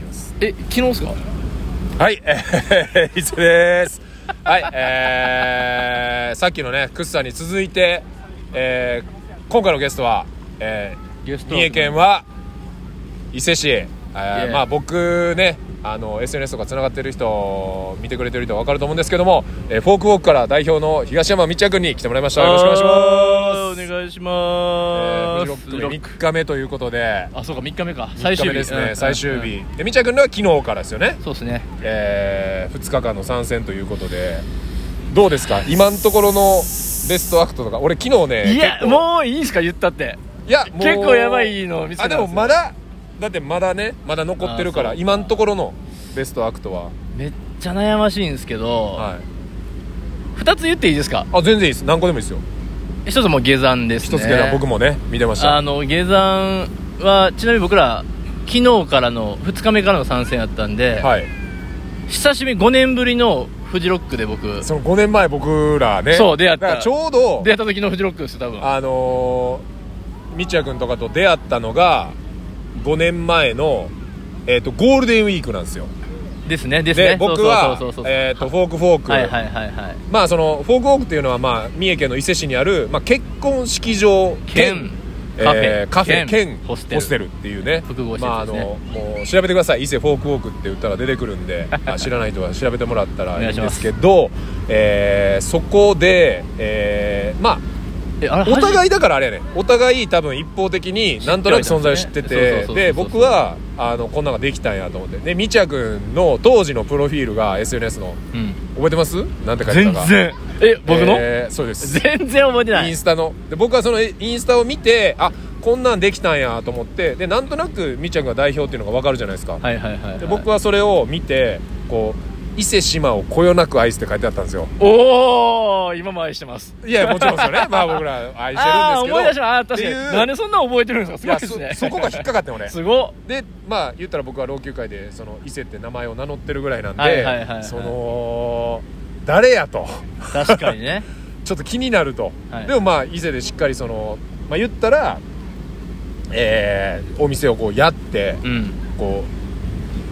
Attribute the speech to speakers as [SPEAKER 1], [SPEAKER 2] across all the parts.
[SPEAKER 1] です
[SPEAKER 2] え昨日ですか
[SPEAKER 1] はい えーいつですはいえー、さっきのねクッさんに続いて、えー、今回のゲストは、え
[SPEAKER 2] ゲス
[SPEAKER 1] ー、三重県は伊勢市、えー
[SPEAKER 2] Yeah.
[SPEAKER 1] まあ僕ねあの SNS とかつながってる人見てくれてる人は分かると思うんですけども、えー、フォークウォークから代表の東山道也君に来てもらいましたよろしくお願いします
[SPEAKER 2] お願いし
[SPEAKER 1] えー
[SPEAKER 2] ま
[SPEAKER 1] フジロ
[SPEAKER 2] す
[SPEAKER 1] ック3日目ということで
[SPEAKER 2] あそうか3日目か
[SPEAKER 1] 3
[SPEAKER 2] 最
[SPEAKER 1] 日
[SPEAKER 2] 終
[SPEAKER 1] 目
[SPEAKER 2] 日
[SPEAKER 1] です
[SPEAKER 2] うん
[SPEAKER 1] ね
[SPEAKER 2] うん
[SPEAKER 1] 最終
[SPEAKER 2] うん
[SPEAKER 1] 日でみちゃくんのは昨日からですよね
[SPEAKER 2] そうですね
[SPEAKER 1] えー、2日間の参戦ということでどうですか今のところのベストアクトとか俺昨日ね
[SPEAKER 2] いや
[SPEAKER 1] 結構
[SPEAKER 2] もういいんすか言ったって
[SPEAKER 1] いやもう
[SPEAKER 2] 結構やばいの見せた
[SPEAKER 1] あ
[SPEAKER 2] んで
[SPEAKER 1] です
[SPEAKER 2] よ
[SPEAKER 1] もまだだってまだねまだ残ってるから
[SPEAKER 2] あそう
[SPEAKER 1] 今のところのベストアクトは、
[SPEAKER 2] めっちゃ悩ましいんですけど
[SPEAKER 1] はい、
[SPEAKER 2] 2つ言っていいですか
[SPEAKER 1] あ全然いいです何個でもいいですよ
[SPEAKER 2] 1つも下山ですね
[SPEAKER 1] 一つけど僕もね見てました
[SPEAKER 2] あの下山はちなみに僕ら昨日からの2日目からの参戦やったんで、
[SPEAKER 1] はい
[SPEAKER 2] 久しぶり5年ぶりのフジロックで僕
[SPEAKER 1] その5年前僕らね
[SPEAKER 2] そう出会った
[SPEAKER 1] だからちょうど
[SPEAKER 2] 出会った時のフジロックですよ多分
[SPEAKER 1] あのー、みちやくんとかと出会ったのが5年前の、えー、とゴールデンウィークなんですよ
[SPEAKER 2] ですねです
[SPEAKER 1] で
[SPEAKER 2] ね
[SPEAKER 1] 僕は
[SPEAKER 2] そうそうそうそうそう
[SPEAKER 1] えーとフォークフォーク、
[SPEAKER 2] はいはいはいはい
[SPEAKER 1] まあそのフォークフォークっていうのは、まあ、三重県の伊勢市にある、まあ、結婚式場
[SPEAKER 2] 兼
[SPEAKER 1] 兼
[SPEAKER 2] カフェ
[SPEAKER 1] えーカフェ
[SPEAKER 2] 兼
[SPEAKER 1] 兼
[SPEAKER 2] ホステル
[SPEAKER 1] っていうね
[SPEAKER 2] 複合施設ですね
[SPEAKER 1] まああのもう調べてください伊勢フォークウォークって言ったら出てくる んで、まあ、知らない人は調べてもらったらいいんですけどえーそこで、えーまあ
[SPEAKER 2] えあれ
[SPEAKER 1] お互
[SPEAKER 2] い
[SPEAKER 1] いだからあれやねんお互い多分一方的になんとなく存在を知ってて
[SPEAKER 2] 知ってはいたんですね
[SPEAKER 1] で
[SPEAKER 2] そうそうそうそう
[SPEAKER 1] 僕はあのこんなのができたんやと思ってでみちゃくんの当時のプロフィールが SNS の
[SPEAKER 2] うん
[SPEAKER 1] 覚えてますなんて書いてた
[SPEAKER 2] 全
[SPEAKER 1] か
[SPEAKER 2] 然え僕の、
[SPEAKER 1] えーそうです
[SPEAKER 2] 全然覚えてな
[SPEAKER 1] イン
[SPEAKER 2] い
[SPEAKER 1] スタので僕はそのえインスタを見てあこんなんできたんやと思ってでなんとなくみちゃくんが代表っていうのが分かるじゃないですか、
[SPEAKER 2] はいはいはい、はい、
[SPEAKER 1] で僕はそれを見てこう伊勢志摩をこよなく愛すって書いてあったんですよ
[SPEAKER 2] おお今も愛してます
[SPEAKER 1] いやもちろんですよねまあ僕ら愛して
[SPEAKER 2] ああ
[SPEAKER 1] るんですけど
[SPEAKER 2] ー思い出しましたあー確かに
[SPEAKER 1] っていう
[SPEAKER 2] なんでそんな覚えてるんです
[SPEAKER 1] い
[SPEAKER 2] か
[SPEAKER 1] や
[SPEAKER 2] すごい
[SPEAKER 1] そ
[SPEAKER 2] ですね
[SPEAKER 1] そこが引っかかってもね
[SPEAKER 2] すごっ
[SPEAKER 1] でまあ言ったら僕は老朽会でその伊勢って名前を名乗ってるぐらいなんで、
[SPEAKER 2] はいはいはいはい
[SPEAKER 1] その誰やと
[SPEAKER 2] 確かにね
[SPEAKER 1] ちょっと気になると、
[SPEAKER 2] はい
[SPEAKER 1] でもまあ伊勢でしっかりその、まあ、言ったら、えーお店をこうやって
[SPEAKER 2] うん
[SPEAKER 1] こ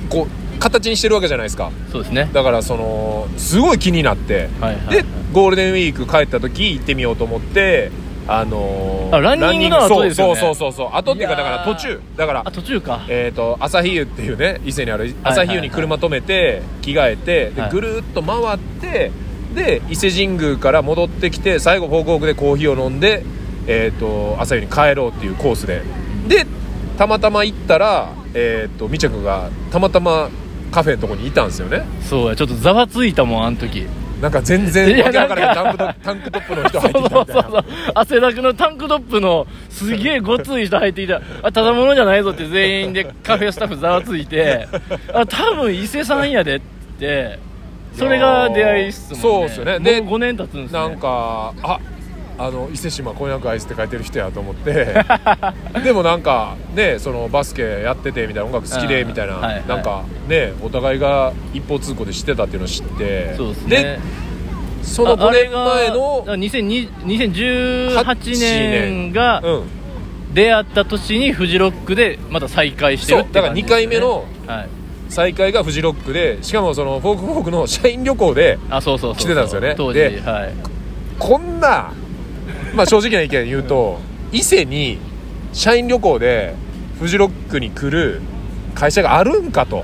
[SPEAKER 1] うこう形にしてるわけじゃないですか
[SPEAKER 2] そうですね
[SPEAKER 1] だからそのすごい気になって、
[SPEAKER 2] はいはい
[SPEAKER 1] でゴールデンウィーク帰った時行ってみようと思ってあのー
[SPEAKER 2] あランニングの後ですよね
[SPEAKER 1] そうそうそうそう後っていうかだから
[SPEAKER 2] いやー
[SPEAKER 1] 途中だから
[SPEAKER 2] あ途中か
[SPEAKER 1] えー、と朝日湯っていうね伊勢にある朝日湯に車止めて着替えてで
[SPEAKER 2] はい
[SPEAKER 1] ぐるーっと回ってで伊勢神宮から戻ってきて最後フォークウォークでコーヒーを飲んで、えー、と朝湯に帰ろうっていうコースででたまたま行ったら、えー、とみちゃくがたまたまカフェのとこにいたんですよね
[SPEAKER 2] そうやちょっとざわついたもんあの時
[SPEAKER 1] なんか全
[SPEAKER 2] い
[SPEAKER 1] 然
[SPEAKER 2] や
[SPEAKER 1] わけわからな
[SPEAKER 2] ないんか
[SPEAKER 1] タンクトタンクトップの人
[SPEAKER 2] そ
[SPEAKER 1] 入
[SPEAKER 2] う
[SPEAKER 1] ってきた
[SPEAKER 2] そうそ
[SPEAKER 1] みたい
[SPEAKER 2] う
[SPEAKER 1] な
[SPEAKER 2] そう汗だくのタンクトップのすげえごつい人入ってきたあただものじゃないぞって全員でカフェスタッフざわついてあ多分伊勢さんやでってそれが出会いっすもんね
[SPEAKER 1] そうっすよねで
[SPEAKER 2] もう5年経つんですね
[SPEAKER 1] なんかああの伊勢志摩婚約アイスって書いてる人やと思って でもなんかねそのバスケやっててみたいな音楽好きで
[SPEAKER 2] うん
[SPEAKER 1] みたいな、
[SPEAKER 2] はいはい
[SPEAKER 1] なんかねお互いが一方通行で知ってたっていうのを知って
[SPEAKER 2] そうですね
[SPEAKER 1] でその5年前
[SPEAKER 2] あ
[SPEAKER 1] の
[SPEAKER 2] あれが2020 2018年が
[SPEAKER 1] うん
[SPEAKER 2] 出会った年にフジロックでまた再会してるって感じです、ね、
[SPEAKER 1] そうだから二回目の
[SPEAKER 2] はい、
[SPEAKER 1] 再会がフジロックでしかもそのフォークフォークの社員旅行で
[SPEAKER 2] あそうそうそうそう
[SPEAKER 1] 来てたんですよね
[SPEAKER 2] 当時
[SPEAKER 1] で
[SPEAKER 2] はい
[SPEAKER 1] こんな、まあ、正直な意見言うと、伊勢に社員旅行でフジロックに来る会社があるんかと。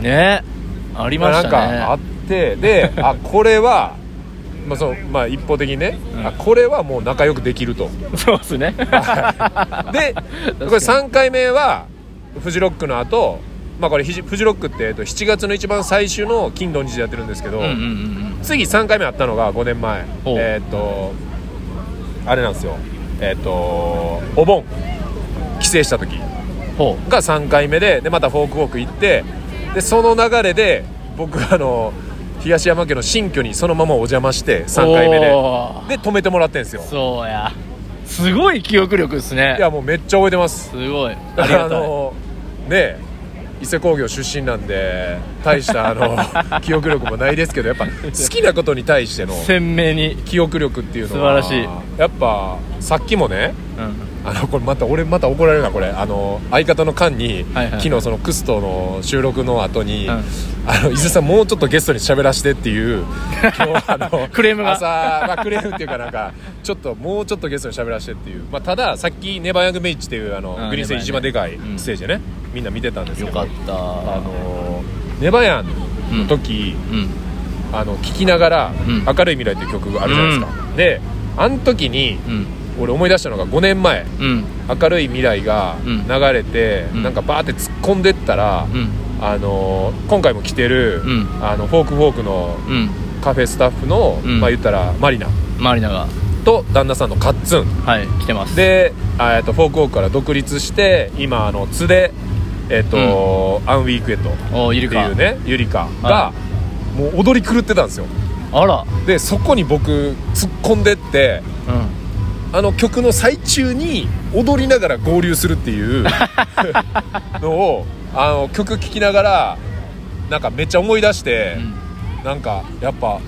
[SPEAKER 2] ねあり
[SPEAKER 1] まあ
[SPEAKER 2] ま
[SPEAKER 1] な
[SPEAKER 2] し
[SPEAKER 1] ん
[SPEAKER 2] たね
[SPEAKER 1] かあってであこれは、まあそのまあ、一方的にね、
[SPEAKER 2] ん
[SPEAKER 1] あこれはもう仲良くできると
[SPEAKER 2] そうです ね。
[SPEAKER 1] でこれ3回目はフジロックの後、まあこれひじフジロックって、えっと、7月の一番最終の金土日でやってるんですけど、
[SPEAKER 2] うんうんうん
[SPEAKER 1] 次3回目あったのが5年前
[SPEAKER 2] おう
[SPEAKER 1] えーっ、とあれなんですよえーっ、とお盆帰省した
[SPEAKER 2] う
[SPEAKER 1] 時
[SPEAKER 2] ん。ほ
[SPEAKER 1] が3回目ででまたフォークウォーク行ってでその流れで僕あの東山家の新居にそのままお邪魔して
[SPEAKER 2] う。
[SPEAKER 1] 3回目で
[SPEAKER 2] おー
[SPEAKER 1] で止めてもらってんですよ
[SPEAKER 2] そうや。すごい記憶力です
[SPEAKER 1] い
[SPEAKER 2] ね。
[SPEAKER 1] やもうめっちゃ覚えてます
[SPEAKER 2] すごい。あり
[SPEAKER 1] だから
[SPEAKER 2] が
[SPEAKER 1] あ
[SPEAKER 2] たい。
[SPEAKER 1] のねえ伊勢工業出身なんで大した あの記憶力もないですけどやっぱ好きなことに対しての
[SPEAKER 2] 鮮明に、
[SPEAKER 1] 記憶力っていうのは
[SPEAKER 2] 素晴ら
[SPEAKER 1] やっぱさっきもね
[SPEAKER 2] うん、
[SPEAKER 1] あのこれまた俺また怒られるなこれあの相方の間に、
[SPEAKER 2] はいはい
[SPEAKER 1] 昨日そのクストの収録の後に、
[SPEAKER 2] うん
[SPEAKER 1] あの伊豆さんもうちょっとゲストに喋らせてって いう今日あの
[SPEAKER 2] クレームが
[SPEAKER 1] 朝、まあ、クレームっていうかなんかちょっともうちょっとゲストに喋らせてっていう、まあ、たださっきネバヤングメイチっていうあの、
[SPEAKER 2] うん
[SPEAKER 1] グリーンセ一番でかい
[SPEAKER 2] うん
[SPEAKER 1] ステージでね、みんな見てたんですけ
[SPEAKER 2] よ
[SPEAKER 1] ど
[SPEAKER 2] かった
[SPEAKER 1] あのネバヤンの時、
[SPEAKER 2] うん
[SPEAKER 1] あの聞きながら「
[SPEAKER 2] うん
[SPEAKER 1] 明るい未来」っていう曲があるじゃないですか、であの時に
[SPEAKER 2] うん
[SPEAKER 1] 俺思い出したのが5年前
[SPEAKER 2] うん
[SPEAKER 1] 明るい未来が
[SPEAKER 2] うん
[SPEAKER 1] 流れて、
[SPEAKER 2] うん
[SPEAKER 1] なんかバーって突っ込んでったら、
[SPEAKER 2] うん
[SPEAKER 1] あのー今回も来てる、
[SPEAKER 2] うん
[SPEAKER 1] あのフォークフォークの
[SPEAKER 2] うん
[SPEAKER 1] カフェスタッフの、
[SPEAKER 2] うん
[SPEAKER 1] まあ言ったらマリナ
[SPEAKER 2] マリナが
[SPEAKER 1] と旦那さんのカッツン
[SPEAKER 2] はい来てます
[SPEAKER 1] で、あえっとフォークフォークから独立して今あの津で、えっとアンウィークエットっ
[SPEAKER 2] おい
[SPEAKER 1] て
[SPEAKER 2] るか
[SPEAKER 1] いうねゆりかが、
[SPEAKER 2] は
[SPEAKER 1] もう踊り狂ってたんですよ
[SPEAKER 2] あら
[SPEAKER 1] でそこに僕突っ込んでって
[SPEAKER 2] う
[SPEAKER 1] あの曲の最中に踊りながら合流するっていう のをあの曲聴きながらなんかめっちゃ思い出して
[SPEAKER 2] ん、、
[SPEAKER 1] なんかやっぱ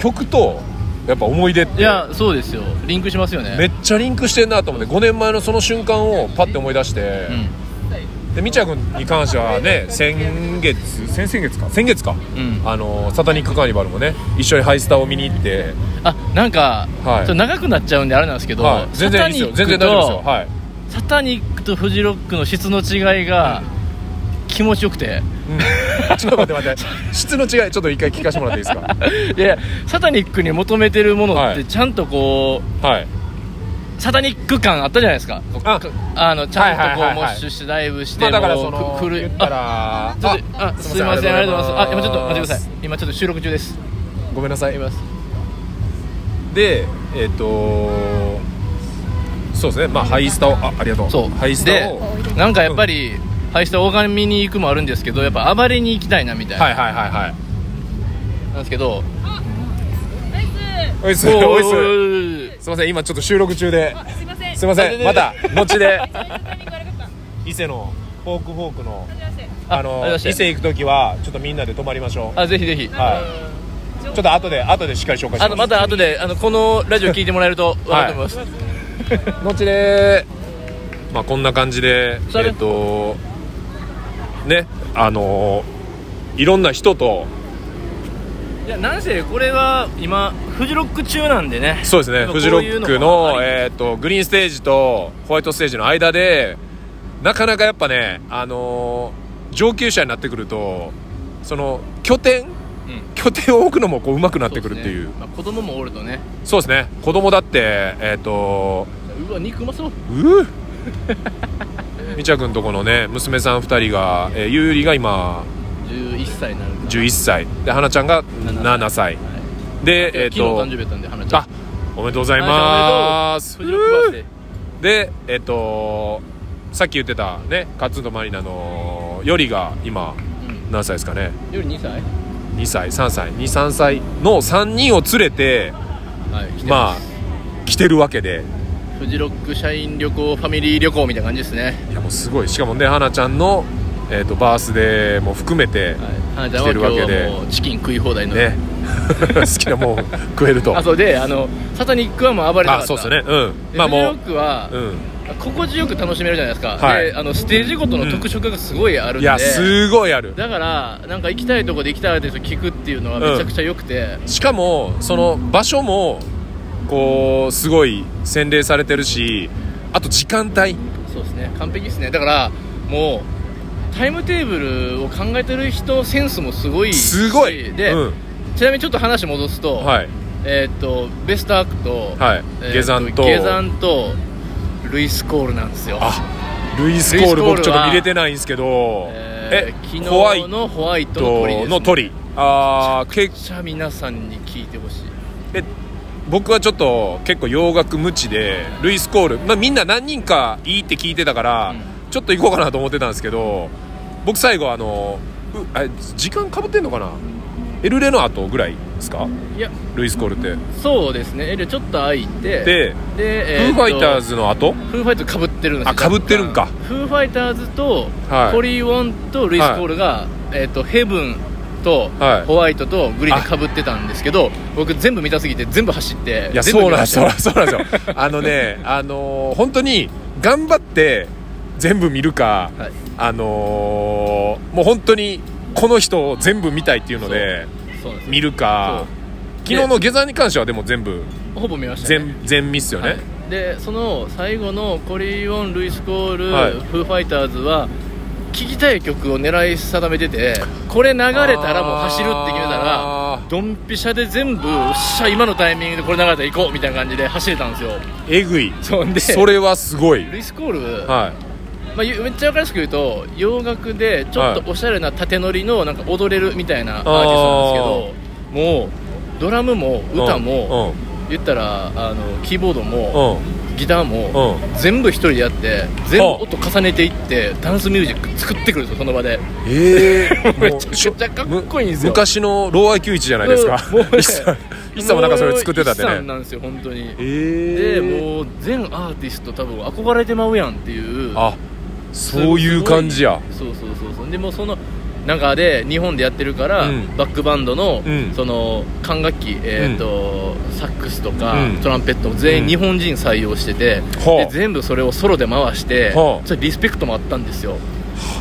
[SPEAKER 1] 曲とやっぱ思い出っ
[SPEAKER 2] い
[SPEAKER 1] て
[SPEAKER 2] やそうですよリンクしますよね
[SPEAKER 1] めっちゃリンクしてんなと思って5年前のその瞬間をパッて思い出して、でみちゃくんに関してはね先月先々月か先月か、
[SPEAKER 2] うん、うん、あ
[SPEAKER 1] あのサタニックカーニバルもね一緒にハイスタを見に行って、
[SPEAKER 2] なんか、ちょ
[SPEAKER 1] はい
[SPEAKER 2] っと長くなっちゃうんであれなんですけど、
[SPEAKER 1] はい、全然いいですよ
[SPEAKER 2] サタニック
[SPEAKER 1] 全然
[SPEAKER 2] と
[SPEAKER 1] 大丈夫ですよはい
[SPEAKER 2] サタニックとフジロックの質の違いが気持ちよくて、
[SPEAKER 1] うんちょっと待って待って質の違いちょっと一回聞かせてもらっていいですか
[SPEAKER 2] いやサタニックに求めてるものっ
[SPEAKER 1] はい
[SPEAKER 2] てちゃんとこう、
[SPEAKER 1] はい
[SPEAKER 2] サタニック感あったじゃないですか
[SPEAKER 1] あ
[SPEAKER 2] かあのちゃんとこう、
[SPEAKER 1] はいはいはいはい
[SPEAKER 2] モッシュしてライブして、
[SPEAKER 1] まあだから
[SPEAKER 2] も
[SPEAKER 1] そうの
[SPEAKER 2] く古い
[SPEAKER 1] 言った
[SPEAKER 2] あ
[SPEAKER 1] ら
[SPEAKER 2] ちょっとあすいませんありがとうございますあ今ちょっと待ってくださ
[SPEAKER 1] い
[SPEAKER 2] い今ちょっと収録中です
[SPEAKER 1] ますごめんなさい
[SPEAKER 2] います
[SPEAKER 1] でえっ、とそうですねまあハイスタをあありがとう
[SPEAKER 2] そう
[SPEAKER 1] ハイス
[SPEAKER 2] で
[SPEAKER 1] タを
[SPEAKER 2] なんかやっぱり配信大神に行くもあるんですけどやっぱ暴れに行きたいなみたいな、
[SPEAKER 1] はいはいはいはい
[SPEAKER 2] なんですけど
[SPEAKER 1] おいっす
[SPEAKER 2] お
[SPEAKER 1] おいっ
[SPEAKER 2] ーお
[SPEAKER 1] す
[SPEAKER 2] い
[SPEAKER 1] すいません今ちょっと収録中で
[SPEAKER 3] あすいません。
[SPEAKER 1] すいませんまた後で
[SPEAKER 3] めちゃめちゃタイミング悪かった。は
[SPEAKER 1] 伊勢のフォークフォークの
[SPEAKER 3] じめまして。
[SPEAKER 2] あ
[SPEAKER 1] あの
[SPEAKER 2] ありました
[SPEAKER 1] 伊勢行く時はちょっとみんなで泊まりましょう
[SPEAKER 2] あぜひぜひ
[SPEAKER 1] はいちょっと後で後でしっかり紹介します
[SPEAKER 2] あのまた後であのこのラジオ聞いてもらえると分かると思います、
[SPEAKER 1] 後でまあこんな感じで
[SPEAKER 2] そ
[SPEAKER 1] え
[SPEAKER 2] れ
[SPEAKER 1] っとねあのいろんな人と
[SPEAKER 2] いやなんせこれは今フジロック中なんでね
[SPEAKER 1] そうですね
[SPEAKER 2] 今
[SPEAKER 1] フジロックの
[SPEAKER 2] こういうもあり
[SPEAKER 1] えっとグリーンステージとホワイトステージの間でなかなかやっぱねあの上級者になってくるとその拠点
[SPEAKER 2] うん
[SPEAKER 1] 拠点を置くのもこう上手くなってくるっていう
[SPEAKER 2] そですねまあ、子供もおるとね
[SPEAKER 1] そうですね子供だってえっ、と
[SPEAKER 2] うわ肉うまそう
[SPEAKER 1] ううみちゃくんとこのね娘さん2人が、えーゆうりが今
[SPEAKER 2] 11歳になるから
[SPEAKER 1] 11歳で花ちゃんが7歳でえっ、
[SPEAKER 2] 昨日誕生
[SPEAKER 1] と
[SPEAKER 2] 日やったんで花ちゃん
[SPEAKER 1] あおめでとうございます
[SPEAKER 2] フジロックバースデー
[SPEAKER 1] でえっ、とさっき言ってたねカッツンとマリナのよりが今何歳ですかね
[SPEAKER 2] うんより2歳
[SPEAKER 1] 2歳3歳23歳の3人を連れて
[SPEAKER 2] はい来て
[SPEAKER 1] ま
[SPEAKER 2] ま
[SPEAKER 1] あ
[SPEAKER 2] す、
[SPEAKER 1] 来てるわけで
[SPEAKER 2] フジロック社員旅行ファミリー旅行みたいな感じですね、
[SPEAKER 1] いやもうすごいしかもね花ちゃんの、えー、とバースデーも含め
[SPEAKER 2] は
[SPEAKER 1] て、
[SPEAKER 2] い、花ちゃん
[SPEAKER 1] 来て
[SPEAKER 2] は今
[SPEAKER 1] るわ
[SPEAKER 2] 日
[SPEAKER 1] けで
[SPEAKER 2] はもうチキン食い放題の、
[SPEAKER 1] ね 好きなもん食えると
[SPEAKER 2] あそうであのサタニックはもう暴れなかった
[SPEAKER 1] あそうですねうん
[SPEAKER 2] で
[SPEAKER 1] まあ
[SPEAKER 2] フジロ
[SPEAKER 1] も
[SPEAKER 2] ックは、
[SPEAKER 1] ううん
[SPEAKER 2] 心地よく楽しめるじゃないですか、
[SPEAKER 1] はい
[SPEAKER 2] であのステージごとの特色がすごいあるん
[SPEAKER 1] い
[SPEAKER 2] で、
[SPEAKER 1] やすごいある
[SPEAKER 2] だからなんか行きたいとこで行きたいって人聞くっていうのはめちゃくちゃ良くて、
[SPEAKER 1] しかもその場所もこうすごい洗礼されてるしあと時間帯
[SPEAKER 2] そうですね完璧ですねだからもうタイムテーブルを考えてる人センスもすごいし
[SPEAKER 1] すごい
[SPEAKER 2] で、
[SPEAKER 1] うん、
[SPEAKER 2] ちなみにちょっと話戻すと,、
[SPEAKER 1] はい
[SPEAKER 2] えーっとベストアクト、
[SPEAKER 1] はい
[SPEAKER 2] えーっ
[SPEAKER 1] 下山と
[SPEAKER 2] 下山とルイス・コールなんですよ
[SPEAKER 1] あルイスコー
[SPEAKER 2] ルイスコー
[SPEAKER 1] ル
[SPEAKER 2] ルは
[SPEAKER 1] 僕ちょっと見れてないんですけど
[SPEAKER 2] えー昨
[SPEAKER 1] ホワイ
[SPEAKER 2] 日のホワイトの鳥で
[SPEAKER 1] ト
[SPEAKER 2] す、ね、
[SPEAKER 1] の鳥あーけ
[SPEAKER 2] めっちゃ皆さんに聞いてほしい
[SPEAKER 1] え僕はちょっと結構洋楽無知でルイス・コール、まあ、みんな何人かいいって聞いてたから、
[SPEAKER 2] うん
[SPEAKER 1] ちょっと行こうかなと思ってたんですけど僕最後あのうあ時間かぶってんのかなエルレの後ぐらいですか
[SPEAKER 2] いや
[SPEAKER 1] ルイス・コールって
[SPEAKER 2] そうですねエルちょっと空いて
[SPEAKER 1] で
[SPEAKER 2] で
[SPEAKER 1] フーファイター
[SPEAKER 2] ズ
[SPEAKER 1] ズの後
[SPEAKER 2] フーファイターズかぶってるんですよ
[SPEAKER 1] あ被ってるんか
[SPEAKER 2] 若干フーファイターズと
[SPEAKER 1] はい
[SPEAKER 2] ホリー・ウォンとルイス・コールが、えっとヘブンと
[SPEAKER 1] はい
[SPEAKER 2] ホワイトとグリーンでかぶってたんですけど僕全部見たすぎて全部走って
[SPEAKER 1] いや
[SPEAKER 2] 全部
[SPEAKER 1] そ
[SPEAKER 2] 見
[SPEAKER 1] うなん
[SPEAKER 2] ま
[SPEAKER 1] で
[SPEAKER 2] し
[SPEAKER 1] す
[SPEAKER 2] た
[SPEAKER 1] よそうなんですよあのねあのー本当に頑張って全部見るか、
[SPEAKER 2] はい
[SPEAKER 1] あのーもう本当にこの人を全部見たいっていうので
[SPEAKER 2] そうなんですよ
[SPEAKER 1] 見るか
[SPEAKER 2] そう
[SPEAKER 1] 昨日の下山に関してはでも全部
[SPEAKER 2] ほぼ見ました、ね、
[SPEAKER 1] 全全ミスよね、
[SPEAKER 2] はい、でその最後のコリー・オン・ルイス・コール、
[SPEAKER 1] はい
[SPEAKER 2] フーファイターズは聴きたい曲を狙い定めててこれ流れたらもう走るって決めたら
[SPEAKER 1] あー
[SPEAKER 2] ドンピシャで全部よっしゃ今のタイミングでこれ流れたら行こうみたいな感じで走れたんですよ
[SPEAKER 1] えぐい
[SPEAKER 2] そんで
[SPEAKER 1] それはすごい
[SPEAKER 2] ルイス・コール、
[SPEAKER 1] は
[SPEAKER 2] まあ、ゆめっちゃ分かりやすく言うと洋楽でちょっ
[SPEAKER 1] は
[SPEAKER 2] とおしゃれな縦乗りのなんか踊れるみたいなアーテ
[SPEAKER 1] あ
[SPEAKER 2] ィス
[SPEAKER 1] ー
[SPEAKER 2] トなんですけどもうドラムも
[SPEAKER 1] い
[SPEAKER 2] 歌も、言ったらあのキーボードも、
[SPEAKER 1] うんうんうん
[SPEAKER 2] ギターも
[SPEAKER 1] う
[SPEAKER 2] 全部一人でやって全部
[SPEAKER 1] はあ
[SPEAKER 2] 音重ねていってダンスミュージック作ってくるんですよその場で
[SPEAKER 1] ええ
[SPEAKER 2] めちゃくちゃかっこいいんですよ
[SPEAKER 1] 昔のロー IQ1 じゃないですか
[SPEAKER 2] うんもうね
[SPEAKER 1] 一 さん一さんもなんかそれ作ってたんで
[SPEAKER 2] もう一さん
[SPEAKER 1] ね
[SPEAKER 2] なんですよ本当に
[SPEAKER 1] え
[SPEAKER 2] で
[SPEAKER 1] え
[SPEAKER 2] もう全アーティスト多分憧れてまうやんっていう
[SPEAKER 1] あそういう感じや
[SPEAKER 2] そうそうそうそうでもうその中で日本でやってるから、
[SPEAKER 1] うん
[SPEAKER 2] バックバンドの,、
[SPEAKER 1] うん
[SPEAKER 2] その管楽器、えーとサックスとか、
[SPEAKER 1] うん
[SPEAKER 2] トランペットも全員日本人採用してて、
[SPEAKER 1] は
[SPEAKER 2] で
[SPEAKER 1] あ
[SPEAKER 2] 全部それをソロで回して、
[SPEAKER 1] はあ
[SPEAKER 2] それリスペクトもあったんですよ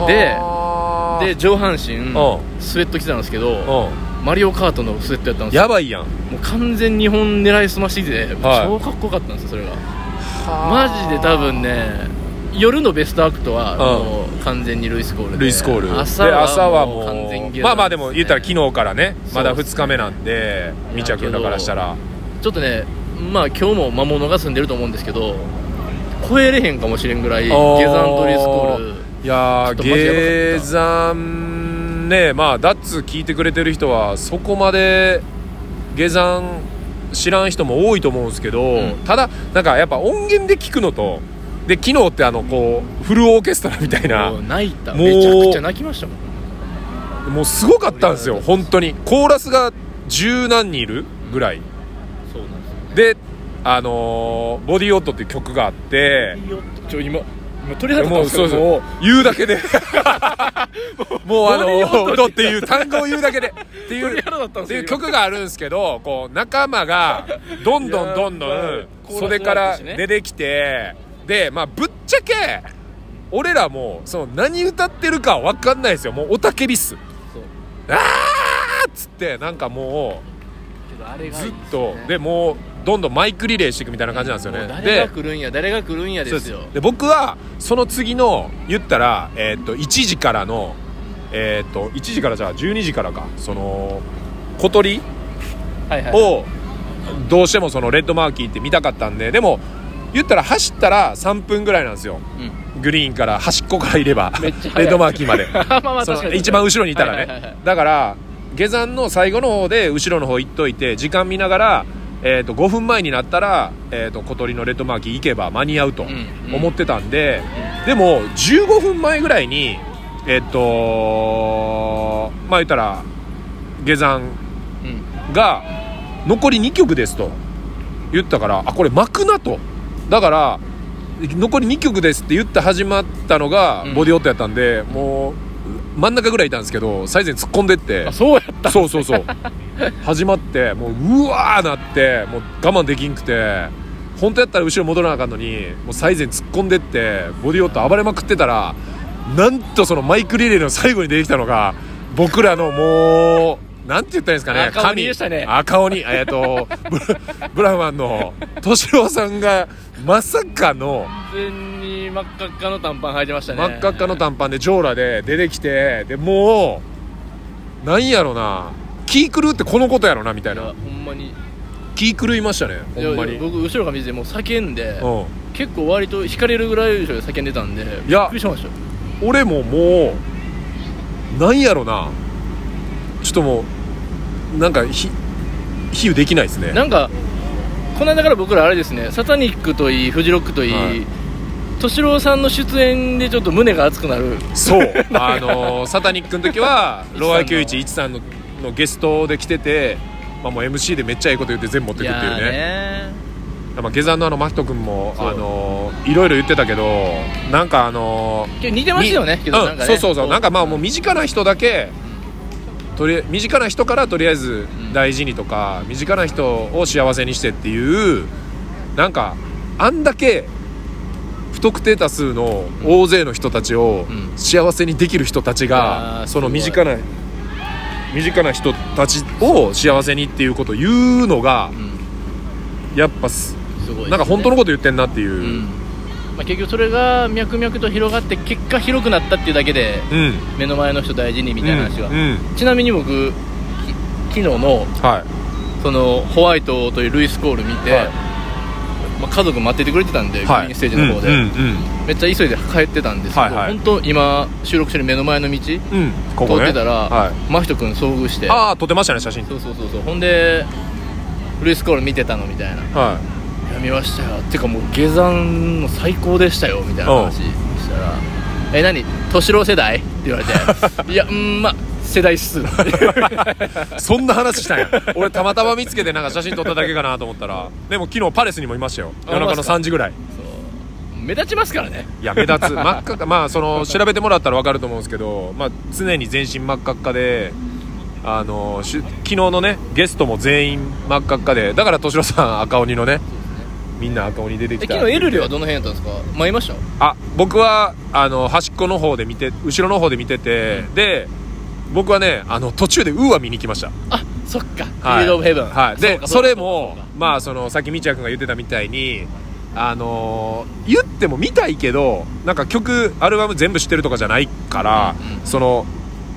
[SPEAKER 2] で
[SPEAKER 1] はあ
[SPEAKER 2] で上半身
[SPEAKER 1] あ
[SPEAKER 2] スウェット着てたんですけど
[SPEAKER 1] う
[SPEAKER 2] マリオカートのスウェットやったん
[SPEAKER 1] ん
[SPEAKER 2] ですよ
[SPEAKER 1] やばいやん
[SPEAKER 2] もう完全に日本狙いすましてて、
[SPEAKER 1] はい
[SPEAKER 2] 超かっこよかったんですよそれがマジで多分ね夜のベストアクトはもう完全にルイス・コールで
[SPEAKER 1] ルイス・コール
[SPEAKER 2] 朝
[SPEAKER 1] で
[SPEAKER 2] は
[SPEAKER 1] 朝はも
[SPEAKER 2] も
[SPEAKER 1] う
[SPEAKER 2] う完全ゲー
[SPEAKER 1] まあまあでも言ったら昨日からね
[SPEAKER 2] そう
[SPEAKER 1] まだ2日目なんで未着だからしたら
[SPEAKER 2] ちょっとねまあ今日も魔物が住んでると思うんですけど超えれへんかもしれんぐらい下山とルイス・コール
[SPEAKER 1] いや
[SPEAKER 2] ちょっとマジやばか
[SPEAKER 1] ー
[SPEAKER 2] った
[SPEAKER 1] 下山ねまあダッツ聞いてくれてる人はそこまで下山知らん人も多いと思うんですけど、
[SPEAKER 2] ん
[SPEAKER 1] ただなんかやっぱ音源で聞くのとで昨日ってあのこうフルオーケストラみたいな
[SPEAKER 2] もう泣いた
[SPEAKER 1] もう
[SPEAKER 2] めちゃくちゃ泣きましたもん
[SPEAKER 1] もうすごかったんですよ本当にコーラスが十何人いるぐらい
[SPEAKER 2] そうなんですよ
[SPEAKER 1] であのーボディオット」っていう曲があって
[SPEAKER 2] ちょ今今鳥肌立った
[SPEAKER 1] も
[SPEAKER 2] ん
[SPEAKER 1] う
[SPEAKER 2] です
[SPEAKER 1] そう
[SPEAKER 2] け
[SPEAKER 1] そう
[SPEAKER 2] ども
[SPEAKER 1] 言うだけ でもうあ
[SPEAKER 2] ボ
[SPEAKER 1] の
[SPEAKER 2] ディオット
[SPEAKER 1] ー「ド」っていう単語を言うだけでっていう
[SPEAKER 2] 鳥肌立ったんです
[SPEAKER 1] って
[SPEAKER 2] よ
[SPEAKER 1] いう曲があるんですけどこう仲間がどんどんどんど
[SPEAKER 2] いやー
[SPEAKER 1] ん
[SPEAKER 2] まあ
[SPEAKER 1] 袖から
[SPEAKER 2] コーラスもあるしね
[SPEAKER 1] 出てきてでまあぶっちゃけ俺らもその何歌ってるかわかんないですよもうおたけびっす
[SPEAKER 2] そう
[SPEAKER 1] あっつってなんかも
[SPEAKER 2] けどあれ
[SPEAKER 1] う
[SPEAKER 2] がい
[SPEAKER 1] ず
[SPEAKER 2] い
[SPEAKER 1] っ
[SPEAKER 2] ですよ
[SPEAKER 1] と
[SPEAKER 2] ね
[SPEAKER 1] でもうどんどんマイクリレーしていくみたいな感じなんですよ
[SPEAKER 2] もう
[SPEAKER 1] ね
[SPEAKER 2] 誰が
[SPEAKER 1] で
[SPEAKER 2] 来るんや誰が来るんやですよ
[SPEAKER 1] そうで僕はその次の言ったら、えーっと1時からの、えーっと1時からじゃあ12時からかその小鳥
[SPEAKER 2] はいはい
[SPEAKER 1] をどうしてもそのレッドマーキーって見たかったんででも言ったら走ったら3分ぐらいなんですよ
[SPEAKER 2] うん
[SPEAKER 1] グリーンから端っこからいれば
[SPEAKER 2] めっちゃ速い
[SPEAKER 1] レッドマーキーまで
[SPEAKER 2] まあまあ
[SPEAKER 1] そ
[SPEAKER 2] 確か
[SPEAKER 1] の
[SPEAKER 2] に
[SPEAKER 1] 一番後ろにいたらね、
[SPEAKER 2] はいはいはいはい
[SPEAKER 1] だから下山の最後の方で後ろの方行っといて時間見ながら、えー、と5分前になったら、えー、と小鳥のレッドマーキー行けば間に合うと
[SPEAKER 2] んうん
[SPEAKER 1] 思ってたんで、でも15分前ぐらいにえっ、とまあ言ったら下山
[SPEAKER 2] うん
[SPEAKER 1] が残り2曲ですと言ったからあこれ巻くなとだから残り2曲ですって言って始まったのが
[SPEAKER 2] うん
[SPEAKER 1] ボディオットやったんで、もう真ん中ぐらいいたんですけど最前突っ込んでって
[SPEAKER 2] あそうやった
[SPEAKER 1] そうそうそう始まってもううわーなってもう我慢できんくて本当やったら後ろ戻らなあかんのにもう最前突っ込んでってボディオット暴れまくってたらなんとそのマイクリレーの最後に出てきたのが僕らのもうなんて言ったらいいんですかね
[SPEAKER 2] 赤鬼でしたね
[SPEAKER 1] 神赤鬼えっとブラブラフマンの敏郎さんがまさかの
[SPEAKER 2] 完全に真っ赤っかの短パン履いてましたね
[SPEAKER 1] 真っ赤っかの短パンでジョーラで出てきてでもうなんやろな気狂うってこのことやろなみたい
[SPEAKER 2] い
[SPEAKER 1] な
[SPEAKER 2] やほんまに
[SPEAKER 1] 気狂いましたねほんま
[SPEAKER 2] い
[SPEAKER 1] に
[SPEAKER 2] や
[SPEAKER 1] う
[SPEAKER 2] 僕後ろから見ててもう叫んで
[SPEAKER 1] ん
[SPEAKER 2] 結構割と引かれるぐらい以上で叫んでたんで
[SPEAKER 1] いや
[SPEAKER 2] びっくりしましたよ
[SPEAKER 1] 俺ももうなんやろなちょっともうなんかひ比喩できないですね
[SPEAKER 2] なんかこの間から僕らあれですねサタニックといいフジロックとい
[SPEAKER 1] はい
[SPEAKER 2] い敏郎、さんの出演でちょっと胸が熱くなる
[SPEAKER 1] そうあのーサタニックの時はローアイ
[SPEAKER 2] 一さんの
[SPEAKER 1] QH1 さんののゲストで来てて、まあ、もう MC でめっちゃいいこと言って全部持って
[SPEAKER 2] い
[SPEAKER 1] くっていう
[SPEAKER 2] やー
[SPEAKER 1] ね
[SPEAKER 2] ね
[SPEAKER 1] まあ、下山のあの真人君も
[SPEAKER 2] そう
[SPEAKER 1] あのいろいろ言ってたけどなんかあの
[SPEAKER 2] けど似てますよねけどなんかね
[SPEAKER 1] うん、そうそうそうなんかまあもう身近な人だけとり身近な人からとりあえず
[SPEAKER 2] ん
[SPEAKER 1] 大事にとか、身近な人を幸せにしてっていうなんかあんだけ不特定多数の大勢の人たちを
[SPEAKER 2] うん
[SPEAKER 1] 幸せにできる人たち
[SPEAKER 2] い
[SPEAKER 1] が、
[SPEAKER 2] やー
[SPEAKER 1] その
[SPEAKER 2] すごい
[SPEAKER 1] 身近な身近な人たちを幸せにっていうことを言うのが
[SPEAKER 2] うん
[SPEAKER 1] やっぱす
[SPEAKER 2] すごいですね
[SPEAKER 1] なんか本当のこと言ってんなっていうう、
[SPEAKER 2] んまあ、結局それが脈々と広がって結果広くなったっていうだけで
[SPEAKER 1] うん
[SPEAKER 2] 目の前の人大事にみたいな話は、
[SPEAKER 1] うんうん
[SPEAKER 2] ちなみに僕き昨日の
[SPEAKER 1] はい
[SPEAKER 2] そのホワイトというルイス・コール見て、
[SPEAKER 1] はい
[SPEAKER 2] まあ、家族待っててくれてたんで、グリーンステージの方で、
[SPEAKER 1] うんうん
[SPEAKER 2] めっちゃ急いで帰ってたんですけど、
[SPEAKER 1] はいはい
[SPEAKER 2] 本当今収録してる目の前の道、
[SPEAKER 1] うん、うん、ここ
[SPEAKER 2] 通
[SPEAKER 1] ね
[SPEAKER 2] ってたら、
[SPEAKER 1] はい
[SPEAKER 2] 真人君遭遇して
[SPEAKER 1] ああ撮ってましたね写真
[SPEAKER 2] そうそうそうそうほんでルイス・コール見てたのみたいな
[SPEAKER 1] は
[SPEAKER 2] 「いや見ましたよ」ってかもう下山も最高でしたよみたいな話したら「え何敏郎世代?」って言われて「い やうんまあ世代っ す」
[SPEAKER 1] いそんな話したん や俺たまたま見つけてなんか写真撮っただけかなと思ったらでも昨日パレスにもいましたよ
[SPEAKER 2] あ
[SPEAKER 1] 夜中
[SPEAKER 2] いま
[SPEAKER 1] の
[SPEAKER 2] すか
[SPEAKER 1] 3時ぐらい
[SPEAKER 2] そう目立ちますからね
[SPEAKER 1] いや目立 つ真っ赤かまあその調べてもらったら分かると思うんですけど、まあ、常に全身真っ赤っかであのし昨日のねゲストも全員真っ赤っかでだから敏郎さん赤鬼のねみんな赤鬼出て
[SPEAKER 2] え
[SPEAKER 1] きた
[SPEAKER 2] 昨日エルレはどの辺やったんですか前いました
[SPEAKER 1] あ僕はあの端っこの方で見て後ろの方で見てて、で僕はねあの途中でウーア見に来ました
[SPEAKER 2] あそっかフィ
[SPEAKER 1] は
[SPEAKER 2] ー
[SPEAKER 1] い
[SPEAKER 2] ルド・オブ・ヘブン
[SPEAKER 1] はい、で
[SPEAKER 2] うか
[SPEAKER 1] そう
[SPEAKER 2] か
[SPEAKER 1] れも
[SPEAKER 2] そうか
[SPEAKER 1] まあそのさっきみちやくんが言ってたみたいにあのー言っても見たいけどなんか曲アルバム全部知ってるとかじゃないから、
[SPEAKER 2] うんうん
[SPEAKER 1] その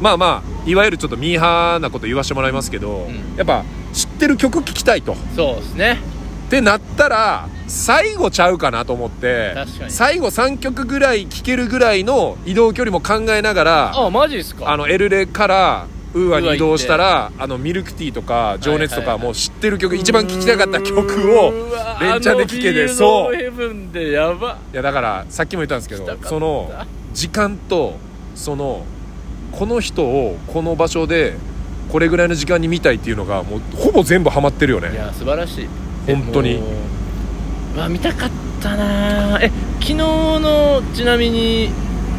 [SPEAKER 1] まあまあいわゆるちょっとミーハーなこと言わせてもらいますけど、
[SPEAKER 2] ん
[SPEAKER 1] やっぱ知ってる曲聴きたいとっ
[SPEAKER 2] そうですね
[SPEAKER 1] てなったら最後ちゃうかなと思って
[SPEAKER 2] 確かに
[SPEAKER 1] 最後3曲ぐらい聴けるぐらいの移動距離も考えながら
[SPEAKER 2] あマジですか
[SPEAKER 1] あのエルレからウーアに移動したらあのミルクティーとか情熱と
[SPEAKER 2] は
[SPEAKER 1] か
[SPEAKER 2] いはい
[SPEAKER 1] もう知ってる曲一番聴きたかった曲を
[SPEAKER 2] うわ
[SPEAKER 1] 連チャンで聴け
[SPEAKER 2] あ
[SPEAKER 1] て
[SPEAKER 2] の
[SPEAKER 1] そう
[SPEAKER 2] フィールド・オブ・ヘブンでやば
[SPEAKER 1] いやだからさっきも言ったんですけ
[SPEAKER 2] 聞きたかっ
[SPEAKER 1] ど
[SPEAKER 2] た
[SPEAKER 1] その時間とそのこの人をこの場所でこれぐらいの時間に見たいっていうのがもうほぼ全部ハマってるよ
[SPEAKER 2] い
[SPEAKER 1] ね
[SPEAKER 2] や素晴らしい
[SPEAKER 1] 本当に
[SPEAKER 2] でもうわ見たかったなえ昨日のちなみに